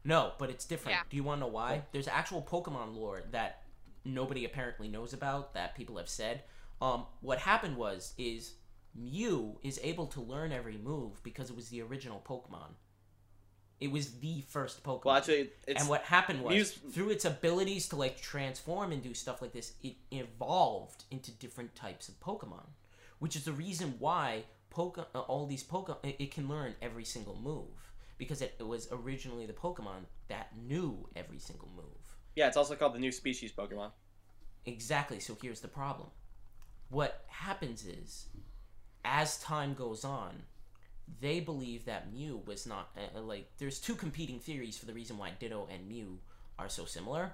No, but it's different. Yeah. Do you want to know why? There's actual Pokemon lore that nobody apparently knows about that people have said. Um, what happened was is Mew is able to learn every move because it was the original Pokemon. It was the first Pokemon. Well, actually, it's and what happened was Muse- through its abilities to like transform and do stuff like this, it evolved into different types of Pokemon, which is the reason why Poke- uh, all these Pokemon it, it can learn every single move because it, it was originally the Pokemon that knew every single move. yeah, it's also called the new species Pokemon. Exactly. So here's the problem. What happens is, as time goes on, they believe that Mew was not uh, uh, like. There's two competing theories for the reason why Ditto and Mew are so similar.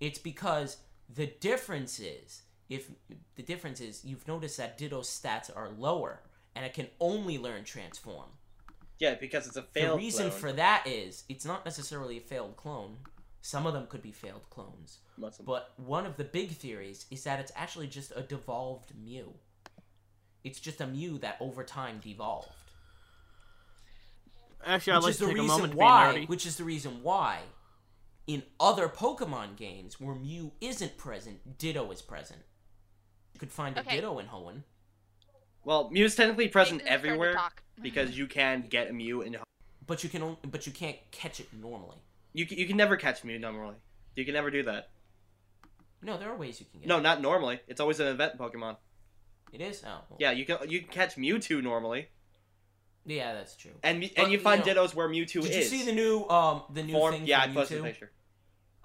It's because the difference is if the difference is you've noticed that Ditto's stats are lower and it can only learn transform. Yeah, because it's a The failed. reason clone. for that is it's not necessarily a failed clone. Some of them could be failed clones. Most of them. But one of the big theories is that it's actually just a devolved Mew. It's just a Mew that over time devolved. Actually, I'd which like is to the take a reason moment to be why, nerdy. which is the reason why, in other Pokemon games where Mew isn't present, Ditto is present. You could find a Okay. Ditto in Hoenn. Well, Mew's technically present Nathan's starting to everywhere talk. Mm-hmm. because you can get a Mew and but you can only, but you can't catch it normally. you can, you can never catch Mew normally. You can never do that. No, there are ways you can get. No, it. not normally. It's always an event Pokemon. it is. Oh, well, Yeah, you can you can catch Mewtwo normally, yeah, that's true. and Mew- But, and you you find know, Ditto's where Mewtwo Did you is. see the new um the new Form- thing? yeah, I from posted the Mewtwo? picture.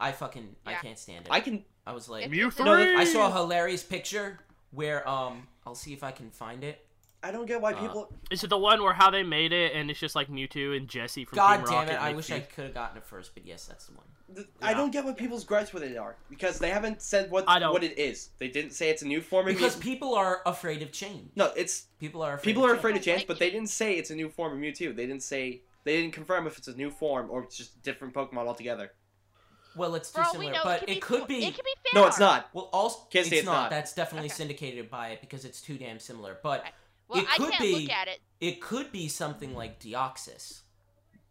I fucking I Yeah. can't stand it. I can I was like, It's- Mew three. No, I saw a hilarious picture where um I'll see if I can find it. I don't get why Uh, people. Is it the one where how they made it and it's just like Mewtwo and Jesse from God Team damn Rocket? it! I make wish I Mew- could have gotten it first, but yes, that's the one. th- I yeah. don't get what people's gripes with it are because they haven't said what I don't- what it is. They didn't say it's a new form of Because Mewtwo. people are afraid of change. No, it's People are afraid people of are change. afraid of change, Like but they didn't say it's a new form of Mewtwo. They didn't say they didn't confirm if it's a new form or it's just a different Pokemon altogether. Well, it's too For all we similar, know, but it it could fo- be. It could be fan No, it's art. not. Well, also Can't say it's it's not. not. That's definitely Okay. syndicated by it because it's too damn similar. But Well, It I could can't be. look at it. it could be something like Deoxys.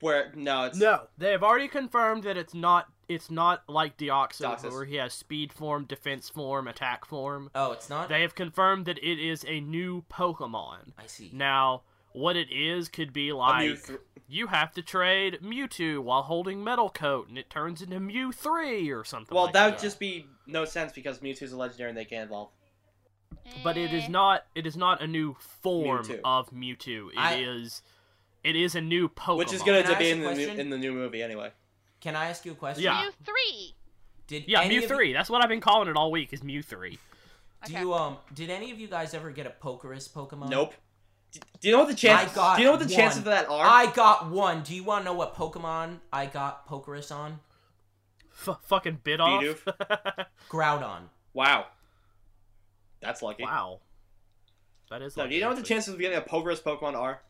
Where no, it's No, they have already confirmed that it's not. It's not like Deoxys, Deoxys. where he has speed form, defense form, attack form. Oh, it's not. They have confirmed that it is a new Pokemon. I see. Now, what it is could be a like Mew th- Oh you have to trade Mewtwo while holding Metal Coat, and it turns into Mew three or something. well, like that that. would just be no sense because Mewtwo's a legendary and they can't evolve. But it Eh. is not. It is not a new form Mewtwo. of Mewtwo. It is. I- It is a new Pokemon. Which is going Can I to be ask in a the, new, question? in the new movie anyway. Can I ask you a question? Yeah. Mew three. Did Yeah, any Mew of you- three. That's what I've been calling it all week. Is Mew three. Do Okay. you um? Did any of you guys ever get a Pokerus Pokemon? Nope. D- Do you know what the chances? got Do you know what the chances one. of that are? I got one. Do you want to know what Pokemon I got Pokerus on? F- fucking bit off. Groudon. Wow, that's lucky. wow. That is. No, like do you know what the actually- chances of getting a Pokerus Pokemon are?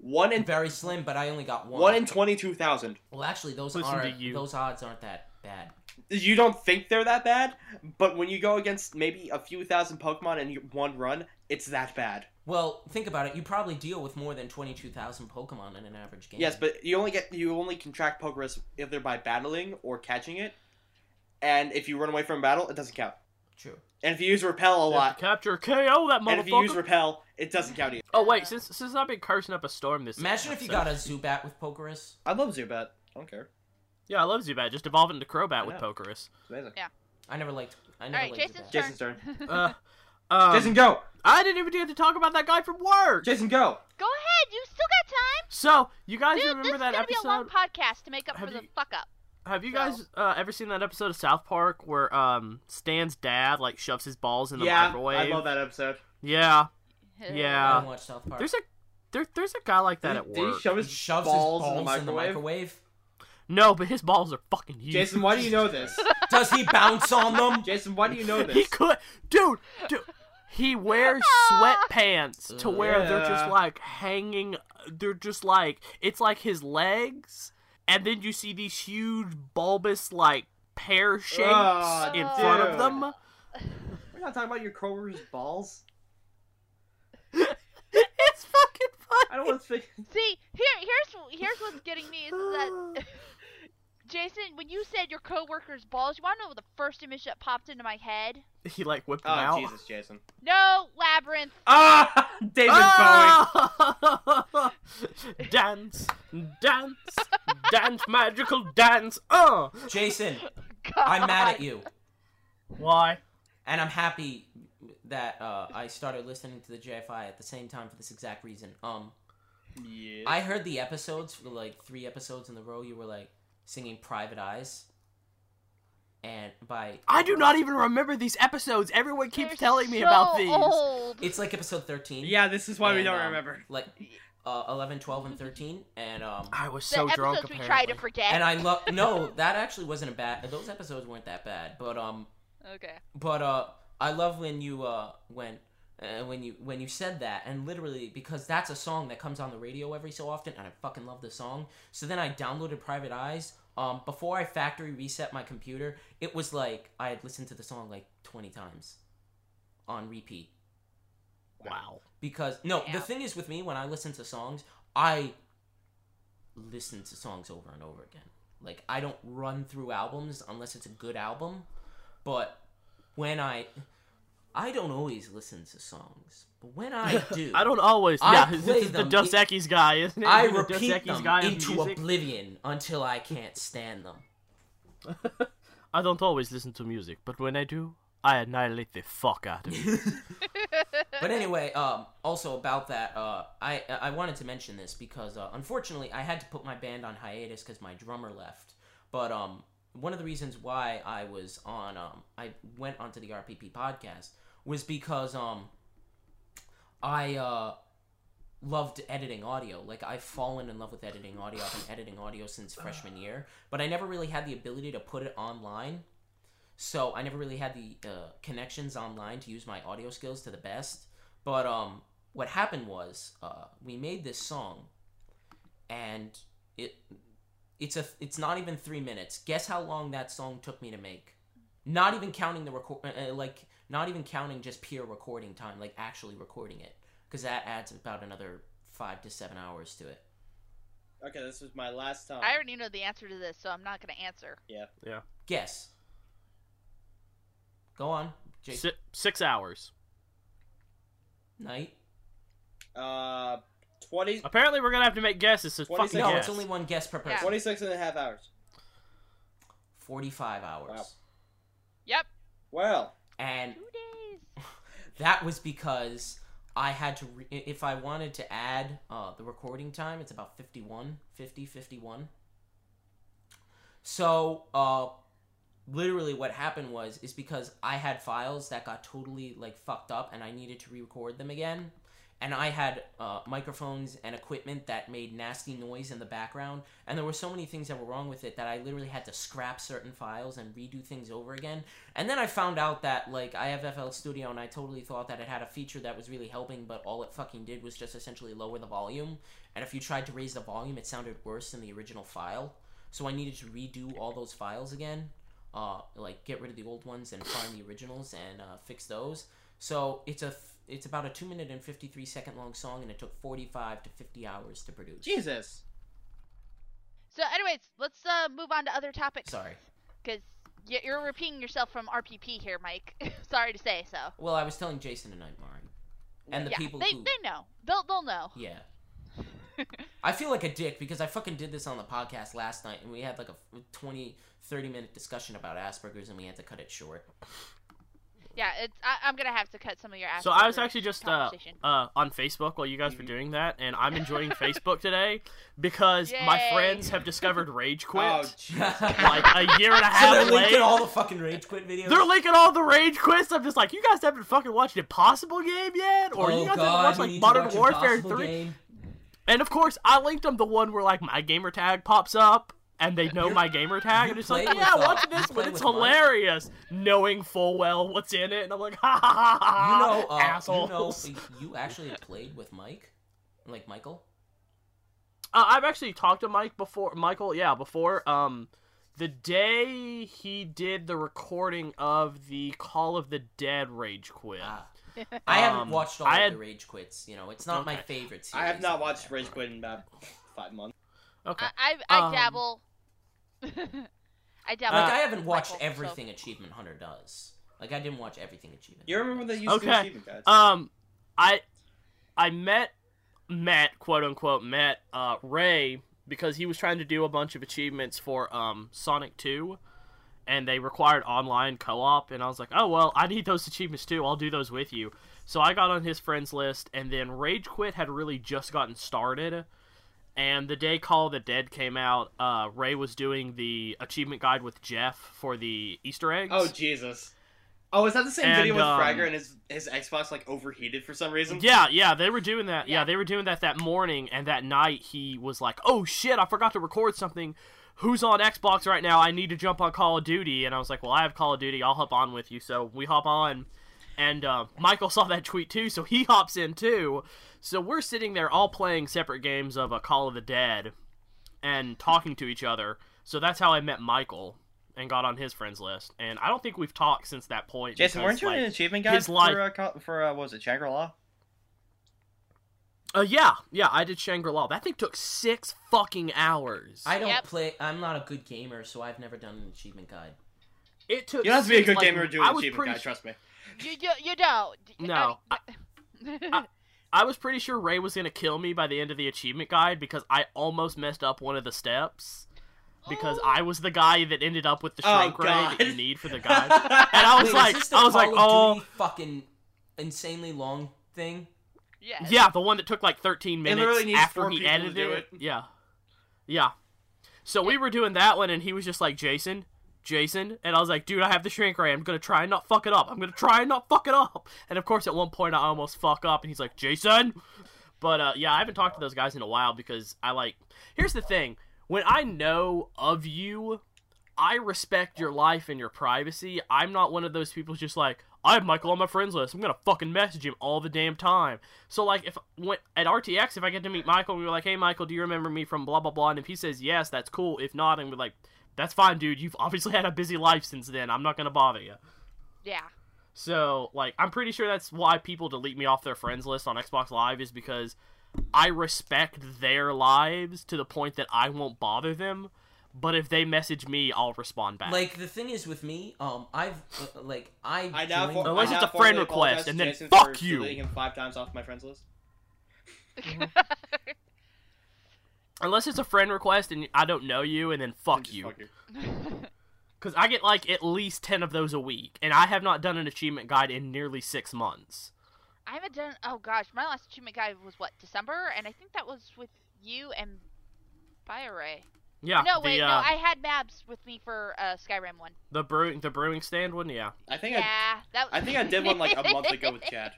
One in Very slim, but I only got one. one in twenty two thousand. Well, actually, those Listen to are you. those odds aren't that bad. you don't think they're that bad, but when you go against maybe a few thousand Pokemon in one run, it's that bad. Well, think about it. You probably deal with more than twenty two thousand Pokemon in an average game. Yes, but you only get you only contract poke risk if they're by battling or catching it, and if you run away from a battle, it doesn't count. true. And if you use repel a They have to lot, Capture KO that and if you use motherfucker. repel, it doesn't count either. oh wait, since since I've been cursing up a storm this. Imagine if you episode. got a Zubat with Pokerus. I love Zubat. I don't care. Yeah, I love Zubat. Just evolve it into Crobat with I know. Pokerus. It's amazing. I never liked. I never Alright, liked Jason's Zubat. turn. Jason's turn. Uh, um, Jason, go. I didn't even get to talk about that guy from work. Jason, go. Go ahead, you still got time. So you guys Dude, this remember is that gonna be a long episode? podcast to make up Have for the you- fuck up. Have you so- guys uh, ever seen that episode of South Park where um Stan's dad like shoves his balls in the Yeah, microwave? I love that episode. Yeah, Yeah. Uh, I didn't watch South Park. there's a there, there's a guy like that Did, at he- did work. he shove he his shoves balls, his balls in, the microwave? microwave. No, but his balls are fucking huge. Jason, why do you know this? Does he bounce on them? Jason, why do you know He this? could, dude, dude. He wears sweatpants to where they're Uh, Yeah. just like hanging. They're just like it's like his legs, and then you see these huge bulbous like pear shapes Oh, in front of dude. them. We're not talking about your coworker's balls. It's fucking I funny. don't want to think. See, here, here's here's what's getting me is that Jason, when you said your coworker's balls, you want to know the first image that popped into my head? He like whipped them Oh, out. Jesus, Jason. No, labyrinth. Ah, David Ah! Oh! dance, dance, dance, magical dance. Oh, Jason, God. I'm mad at you, why? and I'm happy that uh, I started listening to the JFI at the same time for this exact reason. Um, Bowie. Yeah. I heard the episodes for like three episodes in the row. You were like singing "Private Eyes," and by I do not even remember these episodes. Everyone keeps They're telling me so about these. Old. it's like episode thirteen. yeah, this is why we and, don't um, remember. Like uh, 11, 12, and thirteen, and um, I was the so episodes drunk. we Apparently. try to forget. and I love. No, that actually wasn't a bad. Those episodes weren't that bad, but um, Okay. But uh, I love when you uh when uh, when you when you said that and literally because that's a song that comes on the radio every so often and I fucking love the song. So then I downloaded Private Eyes. Um, before I factory reset my computer, it was like I had listened to the song like twenty times on repeat Wow. because no Yeah. the thing is with me when i listen to songs i listen to songs over and over again like i don't run through albums unless it's a good album but when i i don't always listen to songs but when i do I don't always. I yeah, play this is the them. Dos Equis guy, isn't it? I He's the Dos repeat Equis them guy of into music. oblivion until i can't stand them I don't always listen to music, but when I do, I annihilate the fuck out of it. but anyway, um, also about that, uh, I I wanted to mention this because uh, unfortunately I had to put my band on hiatus because my drummer left. But um, one of the reasons why I was on um, I went onto the RPP podcast was because um, I uh, loved editing audio. Like I've fallen in love with editing audio. I've been editing audio since freshman year, but I never really had the ability to put it online. So I never really had the uh, connections online to use my audio skills to the best. But um, what happened was uh, we made this song, and it it's a it's not even three minutes. Guess how long that song took me to make? Not even counting the record, uh, uh, like not even counting just pure recording time, like actually recording it, because that adds about another five to seven hours to it. Okay, this was my last time. I already know the answer to this, so I'm not gonna answer. Guess. Go on, Jake. Si- six hours. Knight. Uh, 20, Apparently, we're gonna have to make guesses. So What is fucking it? No, guess. it's only one guess per Yeah. person. 26 and a half hours. 45 hours. Wow. Yep. Well, And Two days. that was because I had to, re- if I wanted to add uh, the recording time, it's about 51, 50, 51. So, uh, literally what happened was, is because I had files that got totally, like, fucked up and I needed to re record them again. And I had uh, microphones and equipment that made nasty noise in the background. And there were so many things that were wrong with it that I literally had to scrap certain files and redo things over again. And then I found out that like I have FL Studio and I totally thought that it had a feature that was really helping, but all it fucking did was just essentially lower the volume. And if you tried to raise the volume, it sounded worse than the original file. So I needed to redo all those files again. uh, like get rid of the old ones and find the originals and uh, fix those. So it's a f- it's about a two minute and fifty three second long song, and it took forty five to fifty hours to produce. Jesus. So, anyways, let's uh, move on to other topics. Sorry. Because you're repeating yourself from RPP here, Mike. Sorry to say so. Well, I was telling Jason tonight, Mari, and the yeah, people they, who they know. They'll they'll know. yeah. I feel like a dick because I fucking did this on the podcast last night and we had like a 20, 30 minute discussion about Asperger's and we had to cut it short. Yeah, it's I, I'm gonna have to cut some of your. So I was Asperger's actually just uh, conversation. uh on Facebook while you guys Mm. were Mhm. doing that, and I'm enjoying Facebook today because my Yay. friends have discovered Rage Quit Oh, Jesus. like a year and a So half they're linking late. all the fucking rage quit videos. They're linking all the Rage Quits. I'm just like, you guys haven't fucking watched Impossible Game yet, or oh you guys God, haven't watched we like need to Modern watch Warfare Impossible Three. Game. And of course, I linked them the one where like my gamer tag pops up. And they know my gamer tag, Uh, you and it's play like, with, yeah, uh, watch you this play one. It's with Mike? hilarious, knowing full well what's in it. And I'm like, ha ha ha You ha, know, uh, assholes. You know, you actually played with Mike, like Michael. Uh, I've actually talked to Mike before. Michael, yeah, before. Um, the day he did the recording of the Call of the Dead rage quit. Ah. I haven't Um, watched all I of had- the rage quits. You know, it's not my Okay. favorite. Series I have not like watched that. Rage Quit in about five months. okay. I I, I Um, dabble. I Like dabble. Uh, I haven't watched Michael, so- everything Achievement Hunter does. Like I didn't watch everything Achievement. You Hunter remember does. they used to Okay. achieve it, guys? Um, I I met met quote unquote met uh, Ray because he was trying to do a bunch of achievements for um, Sonic Two, and they required online co op. And I was like, oh well, I need those achievements too. I'll do those with you. So I got on his friends list, and then Rage Quit had really just gotten started. And the day Call of the Dead came out, uh, Ray was doing the achievement guide with Jeff for the Easter eggs. Oh Jesus! Oh, is that the same And, video with um, Fragger and his his Xbox like overheated for some reason? Yeah, yeah, they were doing that. Yeah. Yeah. they were doing that that morning, and that night he was like, "Oh shit, I forgot to record something. Who's on Xbox right now? I need to jump on Call of Duty." And I was like, "Well, I have Call of Duty. I'll hop on with you." So we hop on, and uh, Michael saw that tweet too, so he hops in too. So we're sitting there all playing separate games of a Call of the Dead, and talking to each other. So that's how I met Michael and got on his friends list. And I don't think we've talked since that point. Jason, because, weren't you like- an achievement guy his life- for uh, co- for uh, what was it Shangri La? Uh, yeah, yeah, I did Shangri La. That thing took six fucking hours. I don't Yep. play. I'm not a good gamer, so I've never done an achievement guide. it took. You don't have to be a six, good like, gamer to do I an was achievement pretty guy. su- Trust me. you, you you don't. No, I, I, I was pretty sure Ray was gonna kill me by the end of the achievement guide because I almost messed up one of the steps because I was the guy that ended up with the Oh, shrink ray that you God. need for the guide. and I was Wait, like, is this the I was Call like, of oh, Duty fucking insanely long thing. yes. yeah, the one that took like 13 It minutes literally needs after four he people to edited do it. Yeah, yeah. So we were doing that one, and he was just like, Jason. Jason and I was like, dude, I have the shrink ray. I'm gonna try and not fuck it up. I'm gonna try and not fuck it up. And of course, at one point, I almost fuck up, and he's like, Jason. But uh, yeah, I haven't talked to those guys in a while because I like. Here's the thing: when I know of you, I respect your life and your privacy. I'm not one of those people who's just like, I have Michael on my friends list. I'm gonna fucking message him all the damn time. So like, if when, at RTX, if I get to meet Michael, we were like, hey Michael, do you remember me from blah blah blah? And if he says yes, that's cool. If not, and we're like, that's fine, dude. You've obviously had a busy life since then. I'm not gonna bother you. Yeah. So, like, I'm pretty sure that's why people delete me off their friends list on Xbox Live is because I respect their lives to the point that I won't bother them. But if they message me, I'll respond back. Like the thing is with me, um, I've uh, like I. I now joined- for, Unless I it's now a friend formally request, apologize to and then Jason fuck for you. deleting him five times off my friends list. Unless it's a friend request and I don't know you, and then Then fuck just you. Fuck you. Because I get like at least 10 of those a week, and I have not done an achievement guide in nearly six months. I haven't done. Oh gosh, my last achievement guide was what December, and I think that was with you and Fire Ray. Yeah, no, the, wait, no, uh, I had Mabs with me for uh, Skyrim one. the, brewing, the brewing stand one, yeah. I think Yeah, that. I I think I did one like a month ago with Chad.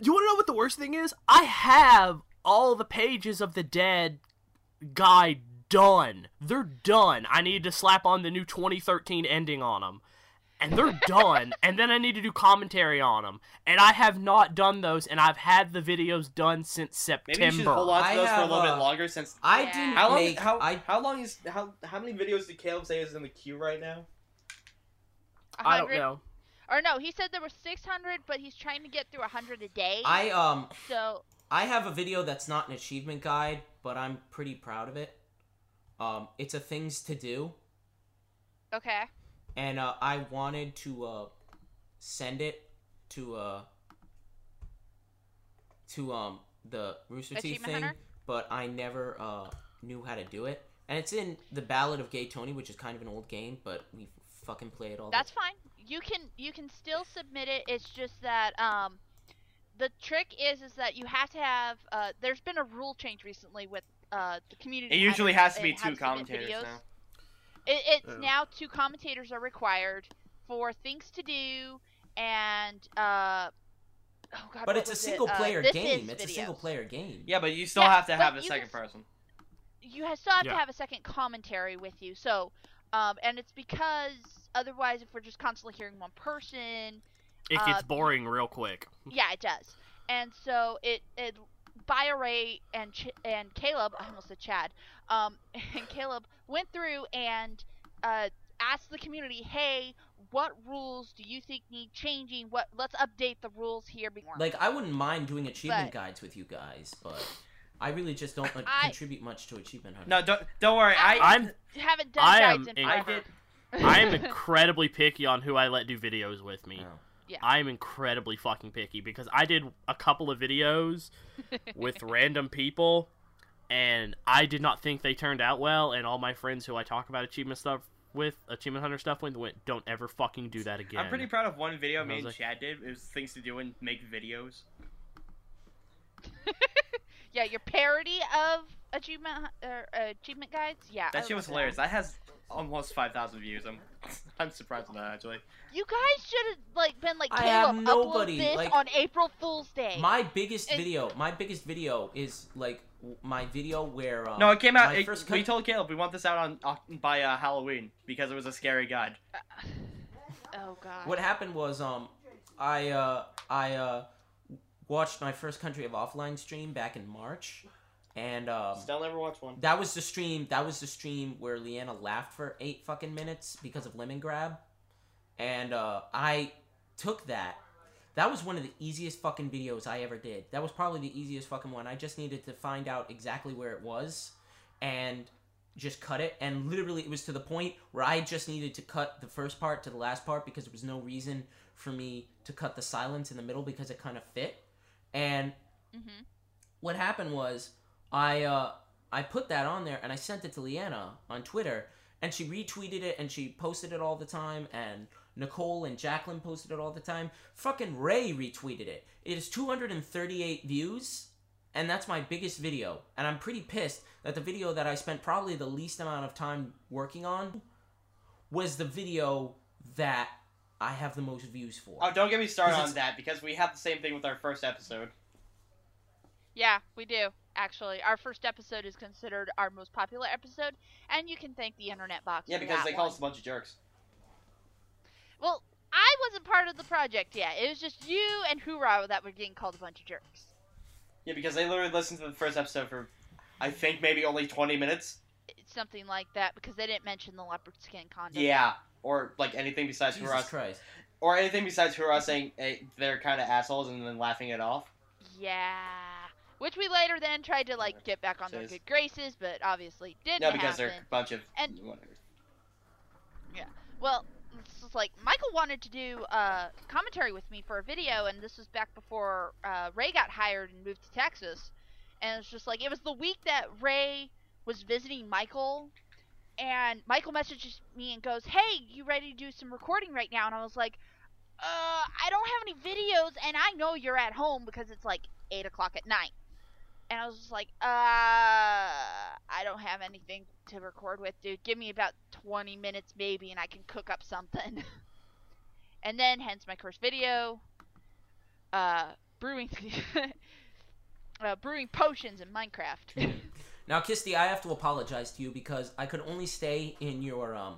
You want to know what the worst thing is? I have all the pages of the dead guy done. They're done. I need to slap on the new 2013 ending on them. And they're done. and then I need to do commentary on them. And I have not done those, and I've had the videos done since Maybe September. you should hold on I to those for a have, little uh, bit longer since. I Yeah. didn't How long? make. how I how long is how how many videos did Caleb say is in the queue right now? A I don't hundred- know. Or no, he said there were 600, but he's trying to get through 100 a day. I um So I have a video that's not an achievement guide, but I'm pretty proud of it. Um, it's a things to do, okay, and uh, I wanted to uh, send it to uh, to um the Rooster Teeth Achievement thing, Hunter? but I never uh, knew how to do it. And it's in the Ballad of Gay Tony, which is kind of an old game, but we fucking play it all. the that's fine. You can you can still submit it. It's just that um, the trick is is that you have to have uh, there's been a rule change recently with uh the community. It usually how to- has to be and how two submit commentators videos. now. It, it's Yeah. now two commentators are required for things to do and uh. Oh God, But what it's a was it? single Uh, player This game. Is It's a Videos. single player game. Yeah, but you still Yeah, have to but have a you second can- person. you ha- still have Yeah. to have a second commentary with you. So, um, and it's because otherwise, if we're just constantly hearing one person, It Uh, gets boring real quick. yeah, it does. And so it it Bioray and Ch- and Caleb, I almost said Chad, um, and Caleb went through and uh, asked the community, hey, what rules do you think need changing? What let's update the rules here. Before. Like I wouldn't mind doing achievement But- guides with you guys, but I really just don't like, I- contribute much to achievement hunting. No, don't don't worry. I I'm haven't done I guides am in inc- I forever. I am incredibly picky on who I let do videos with me. Oh. No. I am incredibly fucking picky because I did a couple of videos with random people and I did not think they turned out well and all my friends who I talk about achievement stuff with achievement hunter stuff with went don't ever fucking do that again. I'm pretty proud of one video And I me and was like- Chad did. It was things to do and make videos. Yeah, your parody of achievement or uh, achievement guides. Yeah, I That shit love was hilarious. That has almost five thousand views. I'm I'm surprised at that actually. You guys should have like been like I Caleb have upload nobody, this like- on April Fool's Day. My biggest It- video, my biggest video is like w- my video where Oh. um, No, it came out. my It, first we cut- told Caleb we want this out on uh, by uh, Halloween because it was a scary guide. oh god. what happened was um I uh I uh watched my first country of offline stream back in March, and um Still never watched one. that was the stream that was the stream where Leanna laughed for eight fucking minutes because of lemon grab, and uh I took that. That was one of the easiest fucking videos I ever did. That was probably the easiest fucking one. I just needed to find out exactly where it was and just cut it. And literally, it was to the point where I just needed to cut the first part to the last part because there was no reason for me to cut the silence in the middle because it kind of fit. And Mhm. what happened was I uh, I put that on there and I sent it to Leanna on Twitter, and she retweeted it and she posted it all the time and. Nicole and Jacqueline posted it all the time. Fucking Ray retweeted it. It is 238 views and that's my biggest video and i'm pretty pissed that the video that i spent probably the least amount of time working on was the video that i have the most views for Oh, don't get me started Because on that because we have the same thing with our first episode. Yeah, we do actually. Our first episode is considered our most popular episode, and you can thank the internet box. Yeah, for because that they call one. us a bunch of jerks. Well, I wasn't part of the project yet. It was just you and Hoorah that were getting called a bunch of jerks. Yeah, because they literally listened to the first episode for, I think maybe only twenty minutes. It's something like that because they didn't mention the leopard skin condom. Yeah, or like anything besides jesus Hurrah, christ or anything besides Hurrah saying hey, they're kind of assholes and then laughing it off. Yeah. Which we later then tried to like get back on their Says- good graces, but obviously didn't No, because happen. they're a bunch of And- whatever. Well, this is like Michael wanted to do uh, commentary with me for a video, and this was back before uh, Ray got hired and moved to Texas. And it's just like it was the week that Ray was visiting Michael, and Michael messages me and goes, "Hey, you ready to do some recording right now?" And I was like, "Uh, I don't have any videos, and I know you're at home because it's like eight o'clock at night." And I was just like, uh, I don't have anything to record with, dude. Give me about 20 minutes maybe and I can cook up something. and then, hence my first video, uh, brewing, uh, brewing potions in Minecraft. now kisty i have to apologize to you because i could only stay in your um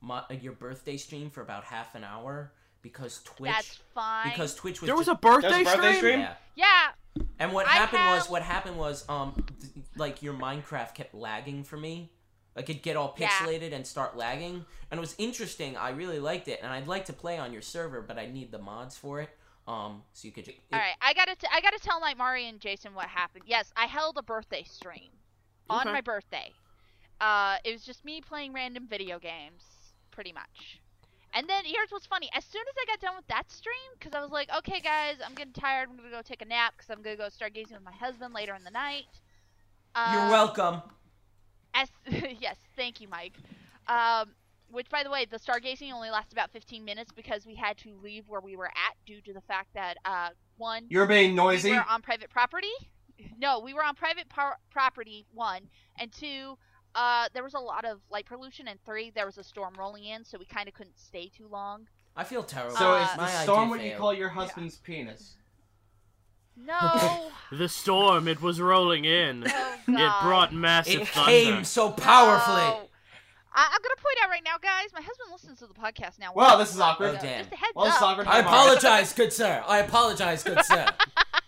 my, uh, your birthday stream for about half an hour because twitch That's fine. because twitch was There was ju- a birthday, There's a birthday stream? yeah. yeah, And what I happened was have- what happened was um th- like your Minecraft kept lagging for me. Like it'd get all Yeah. pixelated and start lagging. And it was interesting. I really liked it, and I'd like to play on your server, but I need the mods for it. Um, so you could. ju- it- All right, I gotta, t- I gotta tell like Mari and Jason what happened. Yes, I held a birthday stream on Okay. my birthday. Uh, it was just me playing random video games, pretty much. And then here's what's funny: as soon as I got done with that stream, because I was like, okay, guys, I'm getting tired. I'm gonna go take a nap because I'm gonna go stargazing with my husband later in the night. Uh, You're welcome. As yes, thank you, Mike. Um, which, by the way, the stargazing only lasted about 15 minutes because we had to leave where we were at due to the fact that uh, one. You're being We noisy. were on private property. No, we were on private par- property. One and two. Uh, there was a lot of light pollution, and three, there was a storm rolling in, so we kind of couldn't stay too long. I feel terrible. So Uh, is the My idea storm what you failed. call your husband's penis? No, oh The storm, it was rolling in. god. It brought massive It thunder. came so powerfully. No. I- I'm gonna point out right now, guys. My husband listens to the podcast now. Well, this is awkward. Oh, damn. Just a heads Well, this is up. awkward. I apologize, good sir. I apologize, good sir.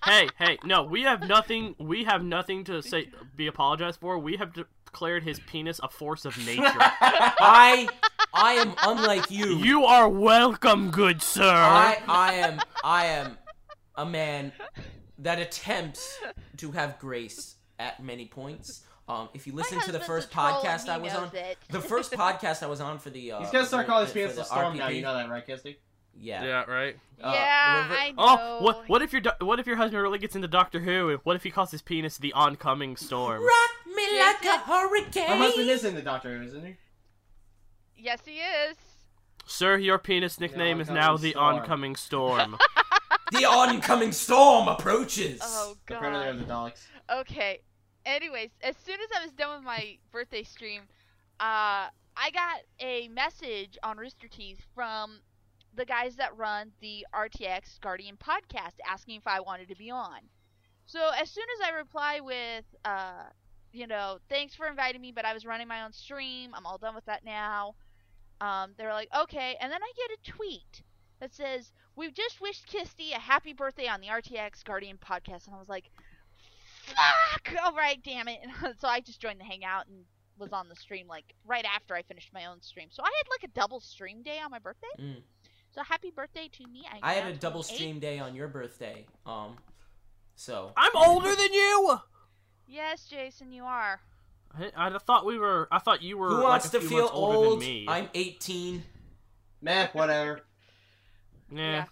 hey, hey, no, we have nothing. We have nothing to say. Be apologized for. We have declared his penis a force of nature. I I am unlike you. you are welcome, good sir. I I am I am a man that attempts to have grace at many points. Um, if you My listen to the husband's a first troll and podcast he I was knows on, it. the first podcast I was on for the uh, He's gonna start calling his for the- penis for the the storm now. RPP. You know that, right, Kinsey? Yeah. Yeah, right. uh, yeah, the rever- I know. Oh, what? What if your do- what if your husband really gets into Doctor Who? And what if he calls his penis the oncoming storm? Rock me like a Jason. My husband hurricane. is in the Doctor Who, isn't he? Yes, he is. Sir, your penis nickname is now oncoming the storm. oncoming storm. The oncoming storm approaches. Oh god. The predator of the Daleks. Okay. Anyways, as soon as I was done with my birthday stream, uh, I got a message on Rooster Teeth from the guys that run the RTX Guardian podcast asking if I wanted to be on. So as soon as I reply with, uh, you know, thanks for inviting me, but I was running my own stream. I'm all done with that now. Um, they were like, okay. And then I get a tweet that says, we've just wished Kisty a happy birthday on the RTX Guardian podcast. And I was like, fuck! All right, damn it. so I just joined the hangout and was on the stream like right after I finished my own stream. So I had like a double stream day on my birthday. Mm. So happy birthday to me. I'm I had now a double 28. stream day on your birthday. Um, so I'm older than you. Yes, Jason, you are. I, I thought we were. I thought you were. who like, wants a to few feel months older old? Than me. I'm 18. Meh, whatever. Nah. Yeah.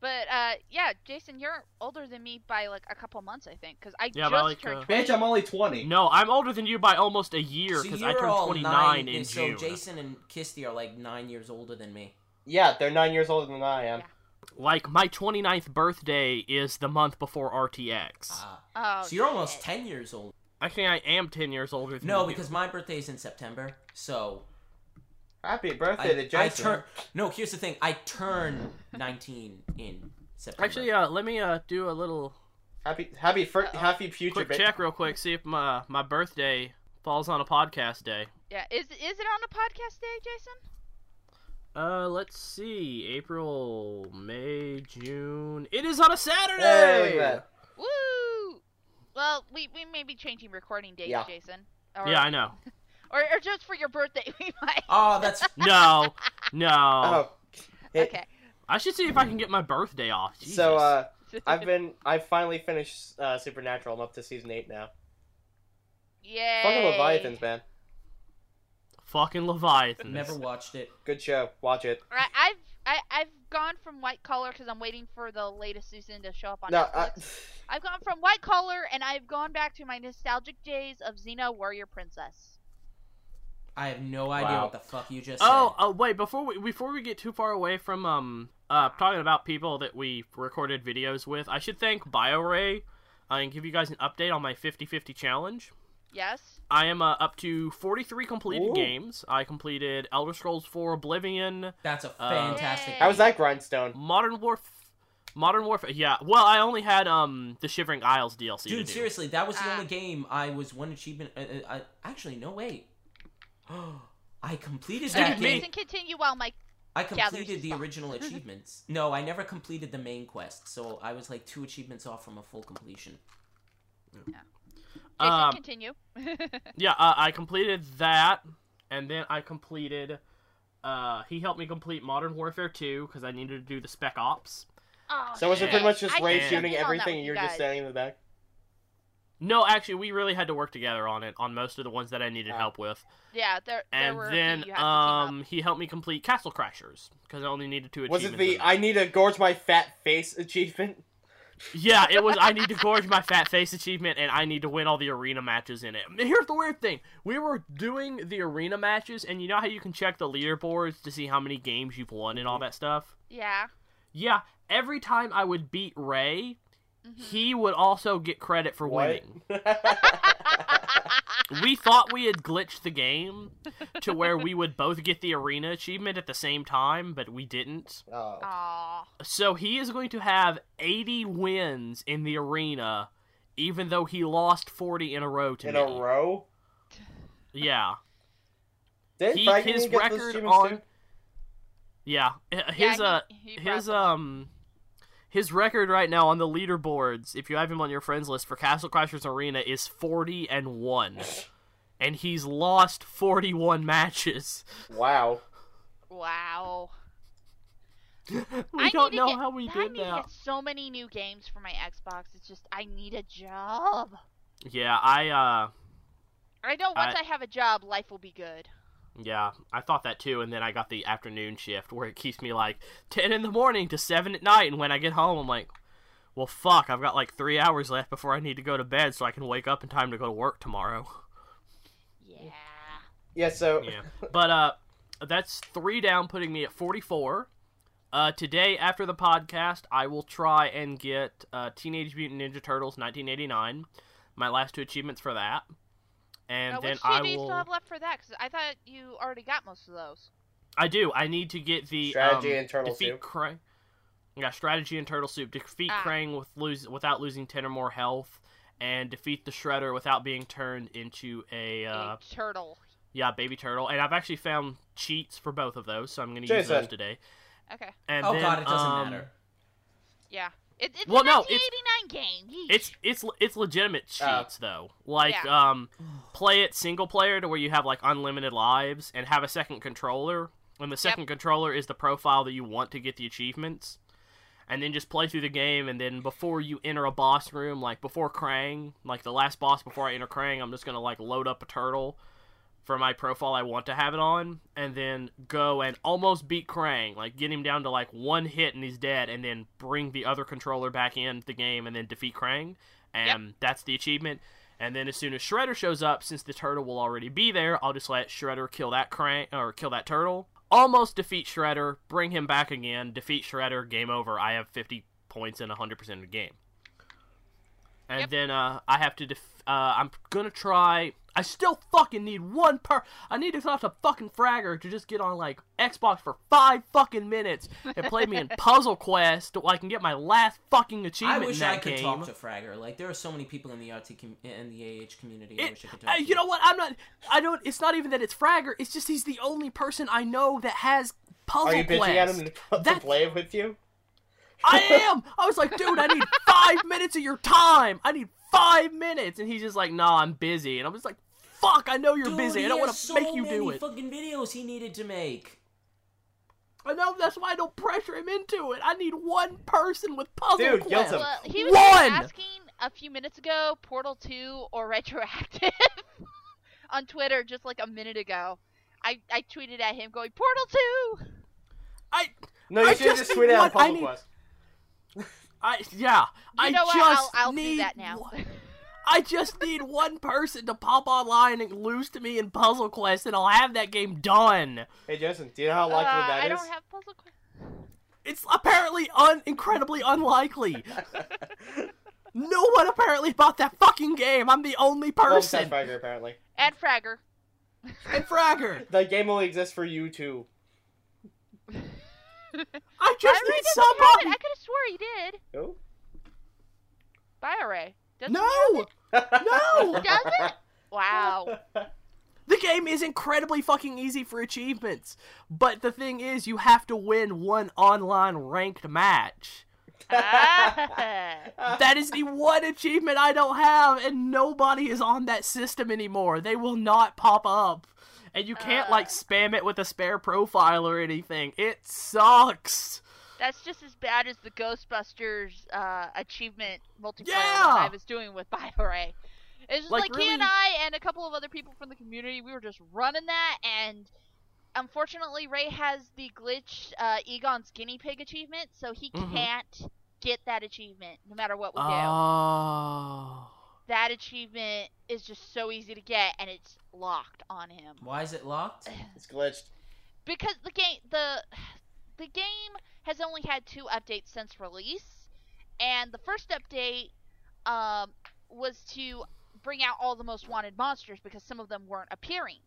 But uh, yeah, Jason, you're older than me by like a couple months, I think, because I Yeah, just by, like, turned uh, 20. Bitch, I'm only 20. No, I'm older than you by almost a year because so I you're turned all 29 nine, in so June. Jason and Kisty are like nine years older than me. Yeah, they're nine years older than I am. Yeah. Like my 29th birthday is the month before RTX. Ah, Oh, so you're almost shit. ten years old. Actually, I am 10 years older than No, you. because my birthday is in September, so Happy birthday to I, Jason. I turn. No, here's the thing: I turn nineteen in September. Actually, uh, let me uh, do a little Happy, happy, fir- Uh-oh. happy future. quick Ba- check real quick, see if my my birthday falls on a podcast day. Yeah, is is it on a podcast day, Jason? Uh, let's see. April, May, June. It is on a Saturday. Hey, look at that. Woo! Well, we we may be changing recording dates, Yeah. Jason. Or, Yeah, I know. Or, or just for your birthday, we might. Uh, oh, that's No, no. Oh, It- okay. I should see if I can get my birthday off. Jesus. so uh, I've been, I finally finished uh, Supernatural. I'm up to season eight now. Yay. Fucking Leviathans, man. fucking Leviathan. never watched it. Good show. Watch it. Right, I've I, I've gone from white collar because I'm waiting for the latest season to show up on No, uh, Netflix. I, I've gone from white collar and I've gone back to my nostalgic days of Xena Warrior Princess. I have no idea Wow. what the fuck you just Oh, said. oh, wait. Before we before we get too far away from um uh talking about people that we recorded videos with, I should thank BioRay uh, and give you guys an update on my 50-50 challenge. Yes. I am uh, up to 43 completed Ooh. games. I completed Elder Scrolls 4 Oblivion, That's a Uh, fantastic. Yay. how was that grindstone? Modern Warf Modern Warfare. Yeah. Well, I only had um the Shivering Isles DLC. to Dude, do. seriously, that was the Ah. only game I was one achievement. Uh, uh, I, actually, no wait. I completed Excuse that me? game. Jason, continue while Mike. I Yeah, there's completed the stuff. original achievements. No, I never completed the main quest, so I was like two achievements off from a full completion. Jason, Um, continue. Yeah, uh, I completed that. and then I completed. Uh, he helped me complete Modern Warfare 2 because I needed to do the Spec Ops. Oh, So was it pretty shit. much just I Ray should can't shooting get on that everything, with and you you're just guys. standing in the back? No, actually, we really had to work together on it on most of the ones that I needed Oh. help with. Yeah, there, there And were a then few you had to team up. um, he helped me complete Castle Crashers because I only needed two Was achievements. it the in "I need to gorge my fat face" achievement? Yeah, it was. I need to gorge my fat face achievement, and I need to win all the arena matches in it. Here's the weird thing: we were doing the arena matches, and you know how you can check the leaderboards to see how many games you've won and all that stuff. Yeah. Yeah, every time I would beat Ray, mhm. he would also get credit for What? winning. We thought we had glitched the game to where we would both get the arena achievement at the same time, but we didn't. Oh. Aw. So he is going to have 80 wins in the arena, even though he lost 40 in a row to in me. a row. Yeah, Did He- Frankie his get those record achievements on- too? yeah. H- His yeah, uh, he, he his brought um, his record right now on the leaderboards, if you have him on your friends list for Castle Crashers Arena, is 40 and one, and he's lost 41 matches. Wow. the- Wow. we I don't need to know get- how we I did need to that. get so many new games for my Xbox. It's just I need a job. Yeah, I uh, I know once I, have a job, life will be good. Yeah, I thought that too, and then I got the afternoon shift where it keeps me like ten in the morning to seven at night, and when I get home, I'm like, well, fuck, I've got like three hours left before I need to go to bed so I can wake up in time to go to work tomorrow. Yeah. Yeah. So Yeah, but uh, that's three down, putting me at forty-four. Uh, today after the podcast, I will try and get uh, Teenage Mutant Ninja Turtles 1989, my last two achievements for that, and now, then which two I do you will. still have left for that? Because I thought you already got most of those. I do. I need to get the strategy um, and turtle defeat soup. Krang. Yeah, strategy and turtle soup. Defeat Ah. Krang with lose without losing ten or more health, and defeat the Shredder without being turned into a uh, a turtle. yeah baby turtle. And I've actually found cheats for both of those, so I'm going to use Jason. those today. Okay. And oh then, god, it doesn't um, matter. Yeah. It, it's Well, a no, it's- 1989 game. Yeesh. It's it's it's legitimate Oh. cheats though. Like um, play it single player to where you have like unlimited lives and have a second controller. And the second controller is the profile that you want to get the achievements. And then just play through the game and then before you enter a boss room, like before Krang, like the last boss before I enter Krang, I'm just gonna like load up a turtle for my profile I want to have it on, and then go and almost beat Krang, like get him down to like one hit and he's dead, and then bring the other controller back in the game and then defeat Krang, and that's the achievement. And then as soon as Shredder shows up, since the turtle will already be there, I'll just let Shredder kill that Krang or kill that turtle, almost defeat Shredder, bring him back again, defeat Shredder, game over. I have 50 points and 100% of the game. And Yep. then uh, I have to. Def- uh, I'm gonna try. I still fucking need one per. I need to talk to fucking Fragger to just get on like Xbox for five fucking minutes and play me in Puzzle Quest, so I can get my last fucking I achievement in wish that I could game. talk to Fragger. Like there are so many people in the RT com- in the AH community. I It- wish I could talk. Uh, to you know what? I'm not. I don't. It's not even that it's Fragger. It's just he's the only person I know that has Puzzle Are you Quest. bitching at him to, to That's- play with you? I am. I was like, dude, I need five minutes of your time. I need five minutes, and he's just like, nah, I'm busy. And I was like, fuck, I know you're Dude, busy. he I don't has want to so make you many do it. Fucking videos he needed to make. I know that's why I don't pressure him into it. I need one person with puzzle Dude, guilt quest. him. well, he was One! asking a few minutes ago, Portal 2 or Retroactive on Twitter just like a minute ago. I, I tweeted at him going, Portal 2! I, No, you I should have just just tweeted out want- I Puzzle need- Quest. I, yeah. You I know just what? I'll, I'll need do that now. one- I just need one person to pop online and lose to me in puzzle quest, and I'll have that game done. Hey, Jason, do you know how likely Uh, that I is? don't have Puzzle Quest. It's apparently un- incredibly unlikely. no one apparently bought that fucking game. I'm the only Well, besides person. Fragger, apparently. And Fragger. and Fragger, The game only exists for you two. I just Byron need doesn't have it. I somebody. could have swore he did. Who? Bioray. Doesn't he No, have no. it? Does it? Wow. The game is incredibly fucking easy for achievements, but the thing is, you have to win one online ranked match. Ah. That is the one achievement I don't have, and nobody is on that system anymore. They will not pop up. and you can't Uh. like spam it with a spare profile or anything. It sucks. That's just as bad as the Ghostbusters uh, achievement multiplayer Yeah! that I was doing with BioRay. It's just Like, like, he and really- I and a couple of other people from the community, we were just running that, and unfortunately, Ray has the glitch uh, Egon's guinea pig achievement, so he Mhm. can't get that achievement no matter what we do. Oh. That achievement is just so easy to get, and it's locked on him Why is it locked? It's glitched. because the game the the game has only had two updates since release, and the first update um, was to bring out all the most wanted monsters because some of them weren't appearing,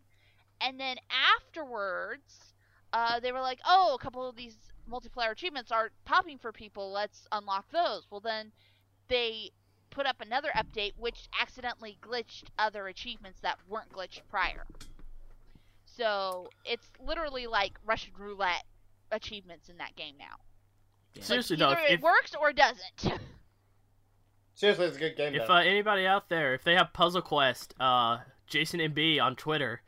and then afterwards uh, they were like, oh, a couple of these multiplayer achievements aren't popping for people. Let's unlock those. Well, then they put up another update which accidentally glitched other achievements that weren't glitched prior. So it's literally like Russian roulette achievements in that game now. Seriously though, Either if, it works or it doesn't. Seriously, it's a good game. if though. uh, anybody out there, if they have Puzzle Quest, uh, Jason MB on Twitter,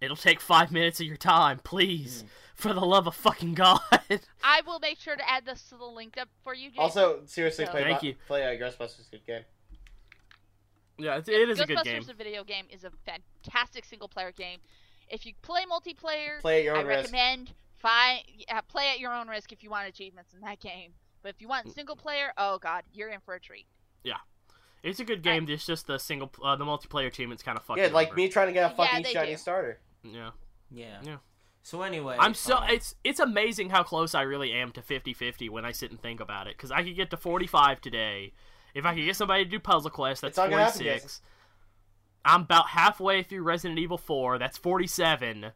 it'll take five minutes of your time, Hmm. please, for the love of fucking God. I will make sure to add this to the link up for you. Jason. also, seriously, So- play Thank Bo- you. play uh, Ghostbusters. is a Good game. yeah, it, it is a good Ghostbusters game. the video game is a fantastic single player game. If you play multiplayer, Play at your I own risk. recommend fi- uh, play at your own risk if you want achievements in that game. But if you Mm. want single player, oh god, you're in for a treat. It's a good game. It's just the single, uh, the multiplayer achievements kind of fucking. Yeah, like over. me trying to get a Yeah, fucking they shiny do. starter. Yeah, Yeah. Yeah. So anyway, I'm so uh, um, it's it's amazing how close I really am to 50-50 when I sit and think about it. Because I could get to forty five today if I could get somebody to do Puzzle Quest. That's It's not gonna forty happen, six. I'm about halfway through Resident Evil four. That's forty seven.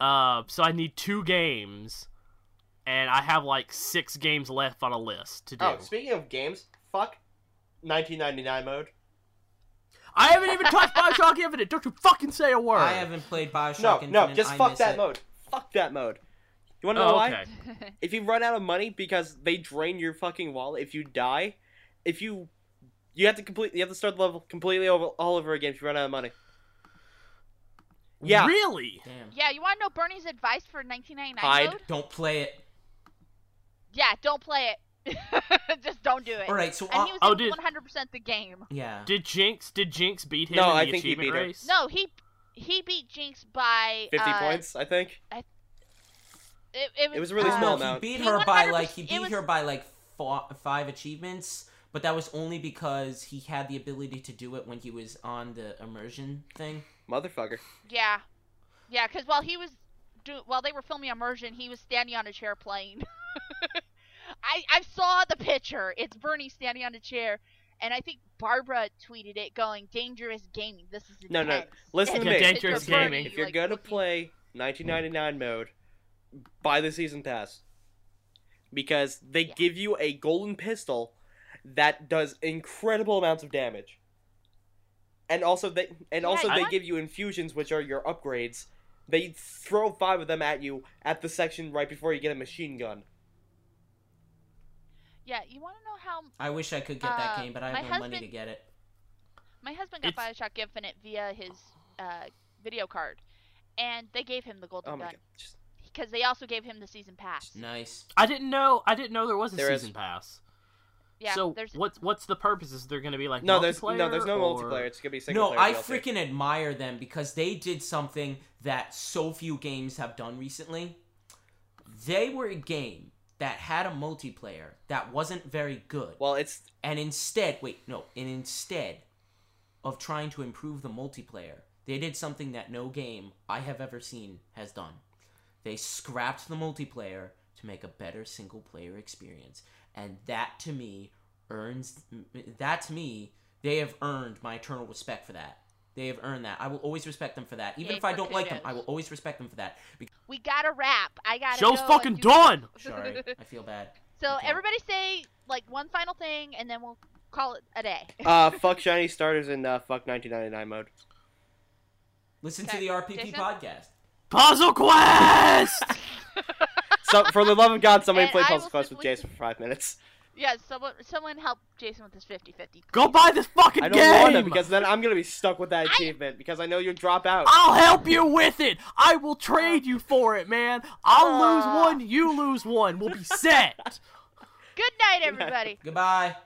Uh, so I need two games, and I have like six games left on a list to do. Oh, speaking of games, fuck 1999 mode. I haven't even touched Bioshock Infinite. Don't you fucking say a word. I haven't played Bioshock No, Infinite. no, just I fuck miss that it. mode. Fuck that mode. You want to know Oh, why? okay. If you run out of money because they drain your fucking wallet, if you die, if you you have to complete, you have to start the level completely over all over again if you run out of money. Yeah. Really? Damn. yeah, you want to know Bernie's advice for 1999 Hide. mode? Don't play it. Yeah, don't play it. Just don't do it. All right. So And I- he was Oh, in dude. 100% the game. yeah. Did Jinx? Did Jinx beat him No, in the I think he achievement beat her. race? No, he he beat Jinx by 50 uh, points, I think. It, it was, It was a really uh, small no, amount. Um, he beat He her won by 100%. like he It beat was- her by like four, five achievements, but that was only because he had the ability to do it when he was on the immersion thing. Motherfucker. Yeah, yeah. Because while he was do while they were filming immersion, he was standing on a chair playing. I I saw the picture. It's Bernie standing on a chair, and I think Barbara tweeted it, going "Dangerous gaming. This is No, no, intense." listen And to the me. picture Dangerous of Bernie, gaming. If you're like, gonna looking- play 1999 mode, buy the season pass because they Yeah. give you a golden pistol that does incredible amounts of damage, and also they and Yeah, also you they want- give you infusions, which are your upgrades. They throw five of them at you at the section right before you get a machine gun. yeah, you want to know how I wish I could get that Uh, game, but I my have no money to husband- get it. My husband got It's- Bioshock Infinite via his uh, video card, and they gave him the golden Oh my gun god! Just- because they also gave him the season pass. Nice. I didn't know. I didn't know there was a There is. season pass. Yeah, so there's what's what's the purpose? Is there going to be like no, there's no, multiplayer, there's no or- multiplayer. It's gonna be single No, player. I DLC. freaking admire them because they did something that so few games have done recently. They were a game that had a multiplayer that wasn't very good. Well, it's And instead, wait, no, and instead of trying to improve the multiplayer, they did something that no game I have ever seen has done. They scrapped the multiplayer to make a better single player experience. And that to me earns that to me, they have earned my eternal respect for that. They have earned that. I will always respect them for that. Even Yay if I for don't like them, kudos. I will always respect them for that. Because, we got to wrap. I got. Show's fucking done! sorry, I feel bad. so Okay. everybody say like one final thing, and then we'll call it a day. uh, fuck shiny starters and uh, fuck 1999 mode. Listen to Okay, the RPP Jason? podcast. Puzzle Quest. So, for the love of God, somebody And play I Puzzle will Quest with simply- Jason for five minutes. Yeah, someone someone help Jason with his 50-50. Go buy this fucking I don't game. want to because then I'm gonna be stuck with that achievement because I know you'll drop out. I'll help you with it. I will trade you for it, man. I'll lose Ah. one, you lose one. We'll be set. Good night, everybody. Goodbye.